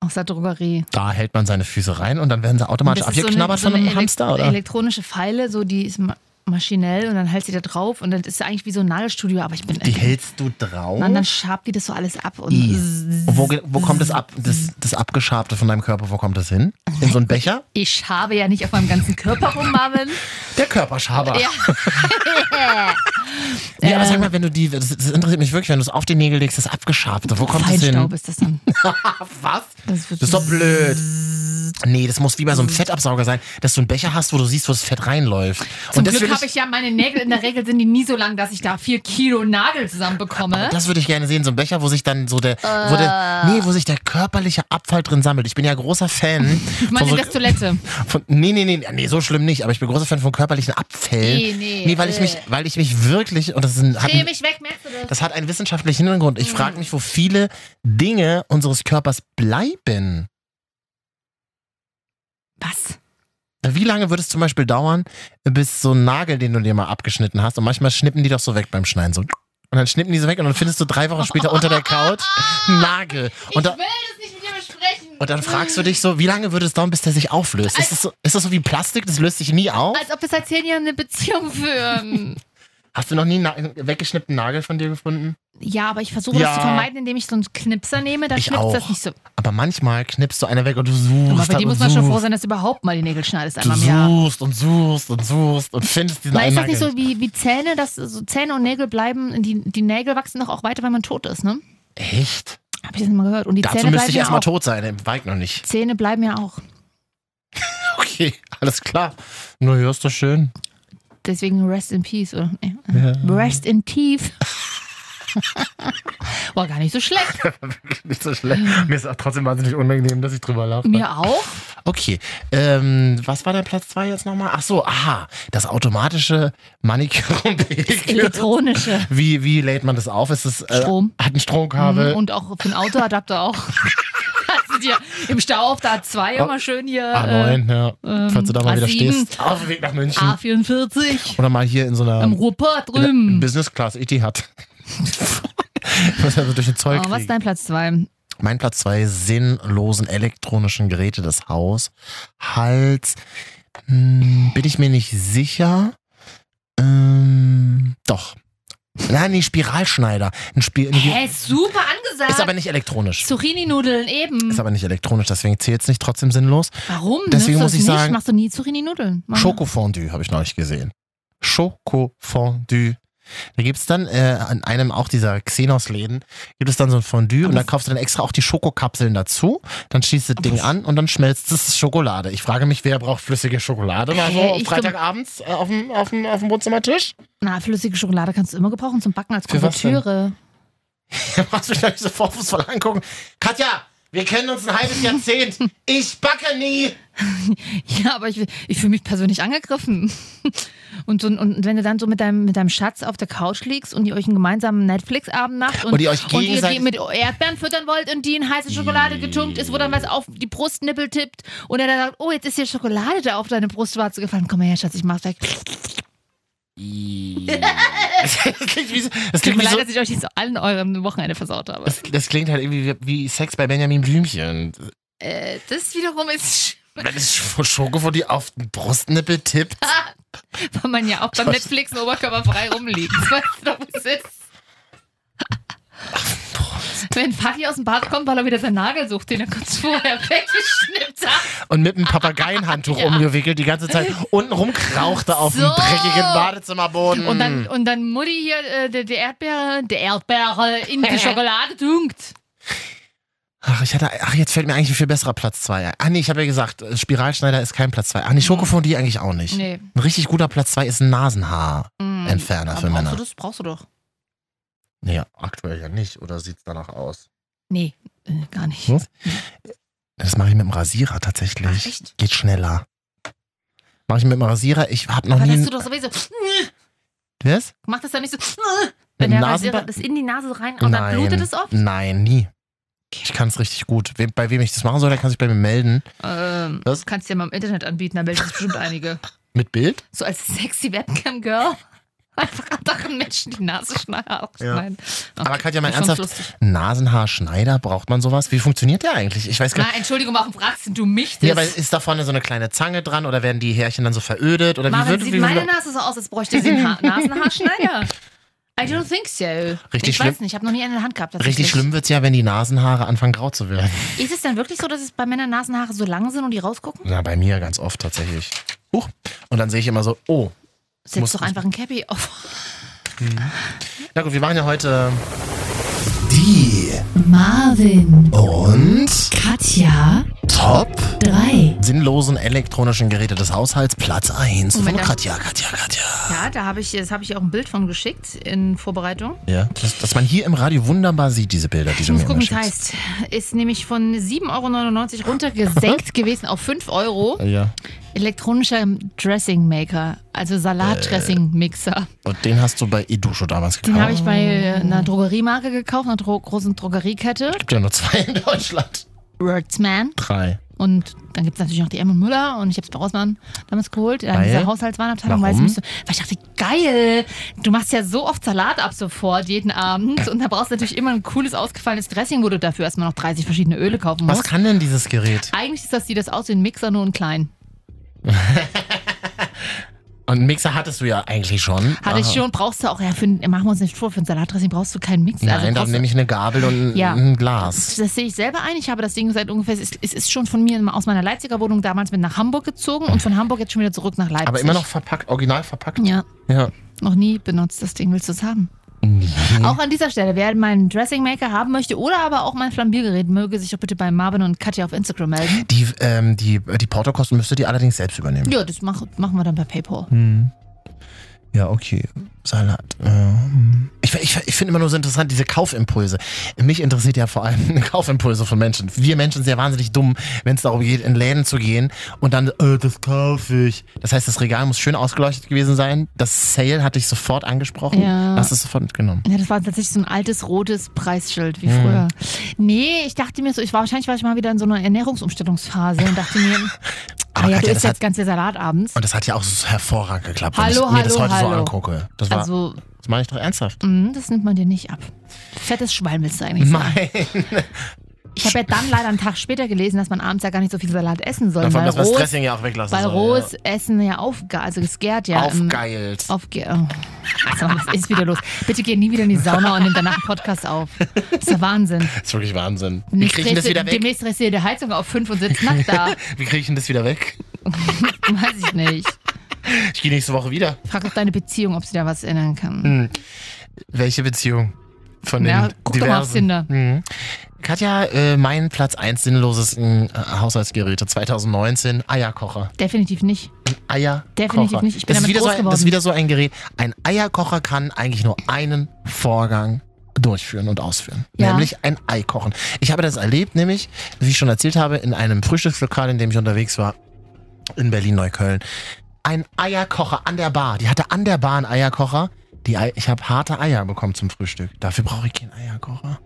aus der Drogerie.
Da hält man seine Füße rein und dann werden sie automatisch
Das ist so eine-
abgeknabbert
so eine
von einem
elek-
Hamster, oder?
Elektronische Pfeile, so die ist ma- maschinell und dann hält sie da drauf und dann ist sie eigentlich wie so ein Nadelstudio, aber ich bin
Die hältst du drauf?
und dann schabt die das so alles ab und
I. Und wo, ge- wo kommt das, ab, das, das Abgeschabte von deinem Körper, wo kommt das hin? In so einen Becher? [LAUGHS]
ich schabe ja nicht auf meinem ganzen Körper rum, Marvin.
Der Körperschaber.
Ja.
[LAUGHS] Ja, aber sag
Ähm,
mal, wenn du die, das, das interessiert mich wirklich, wenn du es auf die Nägel legst, das Abgeschabte, wo kommt das hin?
Feinstaub ist
[LAUGHS]
das dann.
Was?
Das, wird
Das ist doch blöd. Nee, das muss wie bei so einem Fettabsauger sein, dass du einen Becher hast, wo du siehst, wo das Fett reinläuft.
Zum
das
Glück
würde
habe ich ja meine Nägel, in der Regel sind die nie so lang, dass ich da vier Kilo Nagel zusammenbekomme.
Das würde ich gerne sehen, so ein Becher, wo sich dann so der, wo der, nee, wo sich der körperliche Abfall drin sammelt. Ich bin ja großer Fan
Ich meine,
von,
das
so,
Toilette.
von nee, nee, nee, nee, so schlimm nicht, aber ich bin großer Fan von körperlichen Abfällen.
Nee, nee,
nee weil ich
äh.
mich, weil ich mich wirklich, und das ist ein, hat
Dreh
ein,
mich weg, merkst du das?
das hat einen wissenschaftlichen Hintergrund. Ich frage mich, wo viele Dinge unseres Körpers bleiben.
Was?
Wie lange würde es zum Beispiel dauern, bis so ein Nagel, den du dir mal abgeschnitten hast, und manchmal schnippen die doch so weg beim Schneiden, so. Und dann schnippen die so weg und dann findest du drei Wochen später unter der Couch einen Nagel. Und da,
ich will das nicht mit dir besprechen.
Und dann fragst du dich so, wie lange würde es dauern, bis der sich auflöst? Ist das so, ist das so wie Plastik? Das löst sich nie auf?
Als ob wir seit zehn Jahren eine Beziehung führen.
Hast du noch nie einen Na- weggeschnippten Nagel von dir gefunden?
[LAUGHS] ja, aber ich versuche
Ja.
das zu vermeiden, indem ich so einen Knipser nehme. Da
Ich
knipst
auch.
das nicht so.
Aber manchmal knippst du einer weg und du suchst.
Aber für
halt
die
und
muss man schon
suchst.
froh sein, dass du überhaupt mal die Nägel schneidest
Du
einmal im Jahr.
suchst und suchst und suchst und findest diesen
Na,
einen
ist das
Nagel.
nicht so wie, wie Zähne, dass so Zähne und Nägel bleiben, die, die Nägel wachsen doch auch weiter, wenn man tot ist, ne?
Echt?
Hab ich das mal gehört. Und die
Dazu
Zähne
müsste
bleiben
ich
ja
erstmal
auch.
tot sein. Im Weig noch nicht. [LAUGHS]
Zähne bleiben ja auch.
Okay, alles klar. Nur hörst du schön.
Deswegen Rest in Peace, oder? Äh, äh,
Hm.
Rest in Teeth. [LAUGHS] War gar nicht so schlecht.
[LAUGHS] Nicht so schlecht. Mir ist auch trotzdem wahnsinnig unangenehm, dass ich drüber lache.
Mir
[LAUGHS]
auch.
Okay, ähm, was war der Platz 2 jetzt nochmal? Ach so, aha, das automatische Maniküre und Pediküre.
Elektronische.
Wie, wie lädt man das auf? Ist es äh,
Strom.
Hat ein Stromkabel.
Mhm, Und auch für einen Autoadapter
[LAUGHS]
auch. Hast du dir im Stau auf der
Oh.
A2 immer schön hier
Ah,
äh,
A9, ja.
ähm,
Falls du da mal wieder
A7.
stehst. Auf dem Weg nach München.
A44
Oder mal hier in so einer
im Ruhrpott
in einer
drüben.
Business Class E [LAUGHS]
[LAUGHS]
Etihad. Was also durch den Zoll
Oh, was ist
kriegen.
dein Platz 2?
Mein Platz zwei sinnlosen elektronischen Geräte des Haus. Hals. Hm, bin ich mir nicht sicher. Ähm, doch. Nein, nee, Spiralschneider. Ein Spiel.
Hä, super angesagt.
Ist aber nicht elektronisch.
Zucchini-Nudeln eben.
Ist aber nicht elektronisch, deswegen zählt es nicht trotzdem sinnlos.
Warum?
Deswegen
Nimmst du
muss
das
ich
nicht?
sagen-
Machst du nie Zucchini-Nudeln? Mama.
Schokofondue habe ich neulich gesehen. Schokofondue. Da gibt es dann äh, an einem auch dieser Xenos-Läden, gibt es dann so ein Fondue und da kaufst du dann extra auch die Schokokapseln dazu. Dann schießt das Ding an und dann schmelzt es Schokolade. Ich frage mich, wer braucht flüssige Schokolade? Mal
Hey,
so
ich
Freitagabends äh, auf dem, auf, dem, auf dem Wohnzimmertisch? [LAUGHS]
Na, flüssige Schokolade kannst du immer gebrauchen zum Backen als
Für was denn?
Konfitüre.
Da machst du mich gleich so vorwurfsvoll angucken. Katja, wir kennen uns ein halbes Jahrzehnt. Ich backe nie.
[LAUGHS] Ja, aber ich, ich fühle mich persönlich angegriffen. [LAUGHS] Und, so, und wenn du dann so mit deinem, mit deinem Schatz auf der Couch liegst und ihr euch einen gemeinsamen Netflix-Abend macht und,
Und ihr euch
und ihr die
gegenseitig-
mit Erdbeeren füttern wollt und die in heiße Schokolade getunkt ist, wo dann was auf die Brustnippel tippt und er dann sagt, oh, jetzt ist hier Schokolade da auf deine Brustwarze gefallen. Komm mal her, Schatz, ich mach's weg.
[LAUGHS] Das klingt wie so. Das
Tut
klingt
mir
wie
leid,
so
dass ich euch jetzt allen eurem Wochenende versaut habe.
das, das klingt halt irgendwie wie, wie Sex bei Benjamin Blümchen.
Äh, das wiederum ist,
Wenn es Sch- Schoko von dir auf den Brustnippel tippt.
weil man ja auch beim Netflix einen Oberkörper frei rumliegt. [LAUGHS] Weißt du doch, was es ist? Wenn Fatih aus dem Bad kommt, weil er wieder seinen Nagel sucht, den er
[LAUGHS]
kurz vorher weggeschnippt hat.
Und mit einem
[LAUGHS]
Papageienhandtuch umgewickelt, die ganze Zeit unten rumkrauchte auf
So.
dem dreckigen Badezimmerboden.
Und dann, und dann Mutti hier, äh, der, der Erdbeere, der Erdbeere in die Schokolade tunkt.
ach, ich hatte, ach, jetzt fällt mir eigentlich ein viel besserer Platz 2 ein. Ah, nee, ich habe ja gesagt, äh, Spiralschneider ist kein Platz 2. Ach, nee, Schokofondue eigentlich auch nicht.
Mhm. Nee. Mm. Mhm.
Ein richtig guter Platz 2 ist ein Nasenhaarentferner für
brauchst
Männer.
du das? Brauchst du doch.
Nee, aktuell ja nicht. Oder sieht's danach aus?
Nee, äh, gar nicht.
Was? Das mache ich mit dem Rasierer tatsächlich.
Ach, echt?
Geht schneller. Mache ich mit dem Rasierer. Ich habe noch
Aber dass
nie.
du doch sowieso, äh,
Was?
mach das doch nicht so, äh, wenn der
dem
Rasierer
Nasenba-
das in die Nase rein und dann blutet es oft.
Nein, nie. Ich kann es richtig gut. Wem- Bei wem ich das machen soll, der kann sich bei mir melden.
Ähm,
Was?
das kannst du ja mal im Internet anbieten, da melden sich bestimmt einige.
Mit Bild?
So als sexy Webcam-Girl. [LAUGHS] Einfach anderen Menschen die Nase schneiden. Nein.
Aber Katja, mal
das ist sonst
ernsthaft, Nasenhaarschneider, braucht man sowas? Wie funktioniert der eigentlich? Ich weiß gar
Na,
nicht.
Entschuldigung, warum fragst du mich das?
Ja, aber ist da vorne so eine kleine Zange dran oder werden die Härchen dann so verödet? Oder wie
Marvin,
wird,
sieht
wie
meine
wird,
Nase so aus, als bräuchte sie einen ha Nasenhaarschneider. I don't think so.
Richtig
ich
schlimm.
weiß nicht, ich habe noch nie eine in der Hand gehabt.
richtig
tatsächlich.
schlimm wird's ja, wenn die Nasenhaare anfangen grau zu werden.
Ist es denn wirklich so, dass es bei Männern Nasenhaare so lang sind und die rausgucken?
Na, bei mir ganz oft tatsächlich. Huch. Und dann sehe ich immer so, oh,
Setz
Muss-
doch einfach ein Cappy auf.
Na gut, wir machen ja heute
Die
Marvin,
und
Katja,
Top
3,
sinnlosen elektronischen Geräte des Haushalts Platz 1 von
Moment, da-
Katja, Katja, Katja.
Ja, da habe ich, das habe ich auch ein Bild von geschickt in Vorbereitung.
Ja, dass, dass man hier im Radio wunderbar sieht, diese Bilder, die
Ich
du
muss
mir immer
gucken, wie es
schickst.
heißt. Ist nämlich von 7,99
[LAUGHS]
Euro runtergesenkt gewesen auf 5 Euro.
Äh, Ja.
Elektronischer Dressingmaker, also Salatdressingmixer.
Und den hast du bei Edusho damals gekauft.
Den habe ich bei äh,
Oh.
einer Drogeriemarke gekauft, einer Dro großen Drogeriekette.
Gibt ja nur zwei in Deutschland.
Wordsman.
Drei.
Und dann gibt es natürlich noch die M und Müller und ich habe es bei Rossmann damals geholt, äh, in
Weil?
dieser Haushaltswarenabteilung, weil es
Warum?
mich so, weil ich dachte, geil, du machst ja so oft Salat ab sofort, jeden Abend. Und da brauchst du natürlich immer ein cooles, ausgefallenes Dressing, wo du dafür erstmal noch 30 verschiedene Öle kaufen
Was
musst.
kann denn dieses Gerät?
Eigentlich ist das, sieht das aus wie ein Mixer, nur in klein.
Und einen Mixer hattest du ja eigentlich schon.
Hatte ich
Aha.
schon, brauchst du auch, ja, für, ein- machen wir uns nicht vor, für ein Salatdressing brauchst du keinen Mixer.
Nein, dann
brauchst du-
nehme ich eine Gabel und ein-
Also Ja.
ein Glas.
das sehe ich selber ein. Ich habe das Ding seit ungefähr, es es ist schon von mir aus meiner Leipziger Wohnung damals mit nach Hamburg gezogen und von Hamburg jetzt schon wieder zurück nach Leipzig.
Aber immer noch verpackt, original verpackt.
Ja.
Ja. Mhm.
Noch nie benutzt das Ding. Willst du es haben? Auch an dieser Stelle, wer meinen Dressingmaker haben möchte oder aber auch mein Flambiergerät, möge sich doch bitte bei Marvin und Katja auf Instagram melden.
Die, ähm, die, die Portokosten müsstet ihr allerdings selbst übernehmen.
Ja, das mach, machen wir dann bei PayPal.
Mhm. Ja, okay. Salat. ähm. Ich, ich, ich finde immer nur so interessant, diese Kaufimpulse. Mich interessiert ja vor allem [LAUGHS] Kaufimpulse von Menschen. Wir Menschen sind ja wahnsinnig dumm, wenn es darum geht, in Läden zu gehen und dann, äh, das kaufe ich. Das heißt, das Regal muss schön ausgeleuchtet gewesen sein. Das Sale hatte ich sofort angesprochen.
Ja.
Das ist sofort mitgenommen.
Ja, das war tatsächlich so ein altes rotes Preisschild
Mhm.
wie früher. Nee, ich dachte mir so, ich war wahrscheinlich war ich mal wieder in so einer Ernährungsumstellungsphase und dachte mir, ah
[LAUGHS] Aber
ja,
Katja,
du isst
das hat,
jetzt ganz viel Salat abends.
und das hat ja auch so hervorragend geklappt, wenn ich
Hallo,
mir das
hallo,
heute so
hallo.
angucke. Das, war,
Also, Mhm.
das meine ich doch ernsthaft.
mh, das nimmt man dir nicht ab. Fettes Schwein willst du eigentlich sagen.
Nein.
Ich habe ja dann leider einen Tag später gelesen, dass man abends ja gar nicht so viel Salat essen
[LAUGHS]
soll,
Davon,
weil
dass man das
rohes
Dressing ja auch weglassen
Weil
soll,
rohes Essen ja aufge also es gärt
ja.
ja. im-
Aufgeilt.
Aufge oh. So, was ist wieder los? Bitte geh nie wieder in die Sauna und nimm danach einen Podcast auf. Das ist der Wahnsinn.
Das ist wirklich Wahnsinn. Wie
Demnächst
kriege ich das
drehst du-
wieder weg?
Demnächst drehst du dir die Heizung auf 5 und sitzt
[LAUGHS]
nackt da.
Wie kriege ich denn das wieder weg?
Weiß ich nicht.
Ich gehe nächste Woche wieder.
Frag doch deine Beziehung, ob sie da was ändern kann.
Hm. Welche Beziehung? Von den
Ja, guck doch mal
diversen.
auf Tinder.
Mhm. Katja, äh, mein Platz 1 sinnloses äh, Haushaltsgeräte 2019, Eierkocher.
Definitiv nicht.
Eierkocher.
Definitiv nicht. Ich bin
das, ist
damit
wieder so
groß
ein, das ist
geworden.
wieder so ein Gerät. Ein Eierkocher kann eigentlich nur einen Vorgang durchführen und ausführen.
Ja.
Nämlich ein Ei kochen. Ich habe das erlebt, nämlich, wie ich schon erzählt habe, in einem Frühstückslokal, in dem ich unterwegs war, in Berlin-Neukölln. Ein Eierkocher an der Bar. Die hatte an der Bar einen Eierkocher. Die Ei ich habe harte Eier bekommen zum Frühstück. Dafür brauche ich keinen Eierkocher.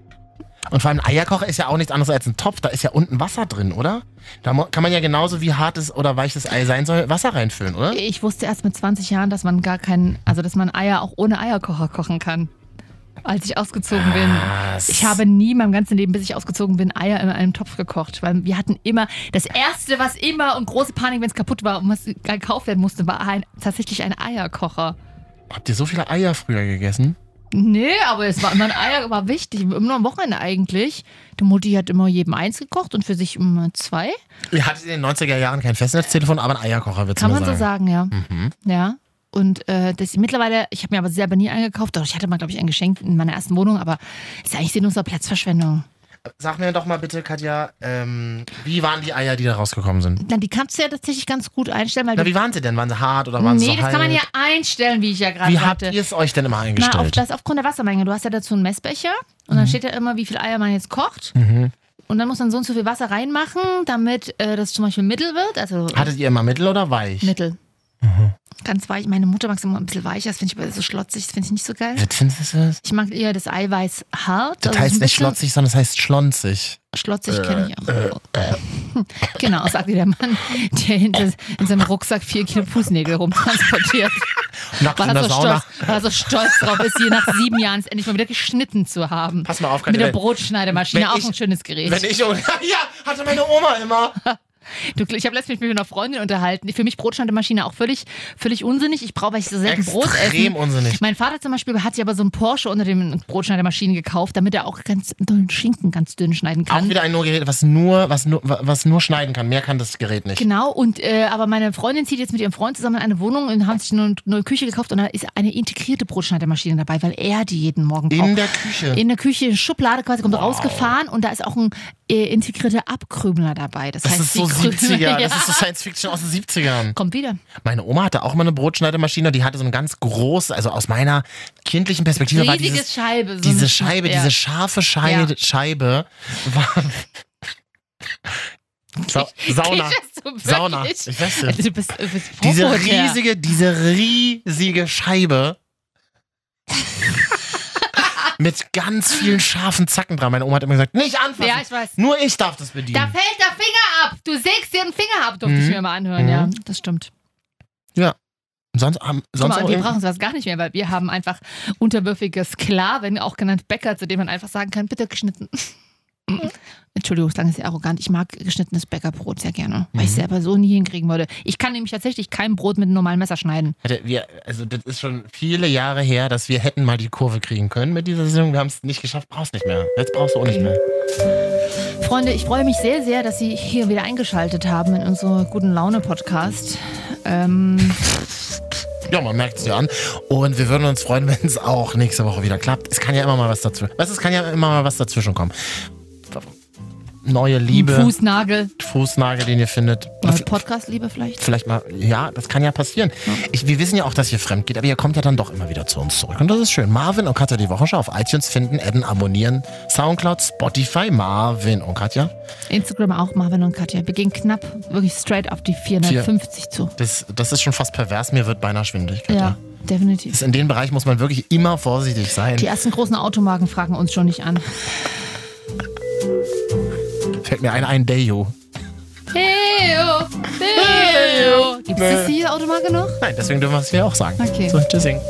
Und vor allem ein Eierkocher ist ja auch nichts anderes als ein Topf. Da ist ja unten Wasser drin, oder? Da mo- kann man ja genauso wie hartes oder weiches Ei sein soll, Wasser reinfüllen, oder?
Ich wusste erst mit 20 Jahren, dass man gar keinen, also dass man Eier auch ohne Eierkocher kochen kann. Als ich ausgezogen bin.
Was?
Ich habe nie in meinem ganzen Leben, bis ich ausgezogen bin, Eier in einem Topf gekocht. Weil wir hatten immer, das Erste, was immer und große Panik, wenn es kaputt war und was gekauft werden musste, war ein, tatsächlich ein Eierkocher.
Habt ihr so viele Eier früher gegessen?
Nee, aber es war immer ein Eier, war wichtig. Immer am Wochenende eigentlich. Die Mutti hat immer jedem eins gekocht und für sich immer zwei.
Ihr hattet in den 90er Jahren kein Festnetztelefon, aber einen Eierkocher, wird's
Kann
mal
man so sagen, ja.
Mhm.
Ja. Und äh, das mittlerweile, ich habe mir aber selber nie eingekauft, doch ich hatte mal, glaube ich, ein Geschenk in meiner ersten Wohnung, aber ist ja eigentlich sinnlose Platzverschwendung.
Sag mir doch mal bitte, Katja, ähm, wie waren die Eier, die da rausgekommen sind?
Na, die kannst du ja tatsächlich ganz gut einstellen, weil
Na,
du
wie waren sie denn? Waren sie hart oder waren
nee,
sie so
das kann man ja
halb?
einstellen, wie ich ja gerade
Wie habt
sagte.
ihr es euch denn immer
Na, auf
eingestellt? Mhm.
das aufgrund der Wassermenge. Du hast ja dazu einen Messbecher und dann steht ja immer, wie viel Eier man jetzt kocht. Und dann muss man so und so viel Wasser reinmachen, damit äh, das zum Beispiel mittel wird. Also
Hattet ihr immer mittel oder weich?
mittel.
Mhm.
Ganz weich. Meine Mutter mag es immer ein bisschen weicher, das finde ich aber so schlotzig, das finde ich nicht so geil.
Was findest du das?
Ich mag eher das Eiweiß hart.
Das heißt
also so ein
nicht
bisschen-
schlotzig, Äh, sondern das heißt schlonzig.
Schlotzig kenne ich auch. [LAUGHS] Genau, sagt dir der Mann, der hinter in seinem Rucksack vier Kilo Fußnägel rumtransportiert.
Nackt [LAUGHS]
Weil
in
er,
der
so
Sauna.
stolz, weil er so stolz drauf ist, je nach sieben Jahren es endlich mal wieder geschnitten zu haben.
Pass mal auf, Katja,
Mit der
wenn-
Brotschneidemaschine,
wenn [LAUGHS]
auch
ich- um-
ein schönes Gerät.
Wenn ich, ja, hatte meine Oma immer.
Du, ich habe letztens mich mit einer Freundin unterhalten. Für mich Brotschneidemaschine auch völlig, völlig unsinnig. Ich brauche, weil ich so selten Brot
Extrem
esse.
unsinnig.
Mein Vater zum Beispiel hat sich aber so einen Porsche unter den Brotschneidemaschinen gekauft, damit er auch ganz dollen Schinken ganz dünn schneiden
Auch
kann.
wieder ein nur Gerät, was nur, was nur, was nur schneiden kann. Mehr kann das Gerät nicht.
Genau, und äh, aber meine Freundin zieht jetzt mit ihrem Freund zusammen in eine Wohnung und haben sich eine neue Küche gekauft und da ist eine integrierte Brotschneidemaschine dabei, weil er die jeden Morgen braucht.
In der Küche.
Genau. in der Küche Schublade quasi kommt rausgefahren und da ist auch ein äh, integrierter Abkrümler dabei. Das,
das
heißt,
ist so
die Krümel- [LAUGHS]
70er.
ja.
Das ist so Science Fiction aus den 70ern.
kommt wieder.
Meine Oma hatte auch mal eine Brotschneidemaschine, die hatte so eine ganz große, also aus meiner kindlichen Perspektive war
Riesiges
dieses,
Scheibe. So
diese
eine-
Scheibe,
ja. [LAUGHS]
diese scharfe Schei
Ja.
Scheibe war. Sa Sauna.
Kicherst du wirklich? [LAUGHS] Also
Sauna. Ich weiß nicht.
Du bist, du bist
Diese
vorbereitet.
riesige, diese riesige
[LAUGHS]
Scheibe. mit ganz vielen scharfen Zacken dran. Meine Oma hat immer gesagt, nicht anfassen.
Ja, ich weiß.
Nur ich darf das
Da
bedienen.
fällt der Finger ab. Du sägst dir einen Finger ab, durfte
Mhm.
ich mir mal anhören.
Mhm.
Ja, das stimmt.
sonst am-
Guck
sonst
mal,
auch
und wir
irgend-
brauchen sowas gar nicht mehr, weil wir haben einfach unterwürfige Sklaven, auch genannt Bäcker, zu denen man einfach sagen kann, bitte
[LAUGHS]
geschnitten. Entschuldigung, das ist sehr arrogant. Ich mag geschnittenes Bäckerbrot sehr gerne, weil ich
Mhm.
selber so nie hinkriegen würde. Ich kann nämlich tatsächlich kein Brot mit einem normalen Messer schneiden.
Hätte wir, also das ist schon viele Jahre her, dass wir hätten mal die Kurve kriegen können mit dieser Saison. Wir haben es nicht geschafft, brauchst nicht mehr. Jetzt brauchst du auch nicht mehr.
Freunde, ich freue mich sehr, sehr, dass Sie hier wieder eingeschaltet haben in unseren guten Laune-Podcast. Ähm,
Ja, man merkt es ja an. Und wir würden uns freuen, [LAUGHS] wenn es auch nächste Woche wieder klappt. Es kann ja immer mal was dazwischen. Was? Es kann ja immer mal was dazwischen kommen. Neue Liebe,
Fußnagel,
Fußnagel, den ihr findet.
neue Podcast-Liebe vielleicht.
Vielleicht mal, ja, das kann ja passieren. Ich, wir wissen ja auch, dass ihr fremd geht, aber ihr kommt ja dann doch immer wieder zu uns zurück. Und das ist schön. Marvin und Katja die Wochenschau auf iTunes finden, adden, abonnieren, Soundcloud, Spotify, Marvin und Katja.
Instagram auch, Marvin und Katja. Wir gehen knapp, wirklich straight auf die 450 zu.
Das, das ist schon fast pervers. Mir wird beinahe schwindelig.
Ja,
Katja.
definitiv.
Das- In dem Bereich muss man wirklich immer vorsichtig sein.
Die ersten großen Automarken fragen uns schon nicht an.
Fällt mir einer ein, Dejo.
Heyo, heyo. Gibt es diese Automarke noch?
Nein, deswegen dürfen wir es hier auch sagen.
Okay.
So, tschüssing.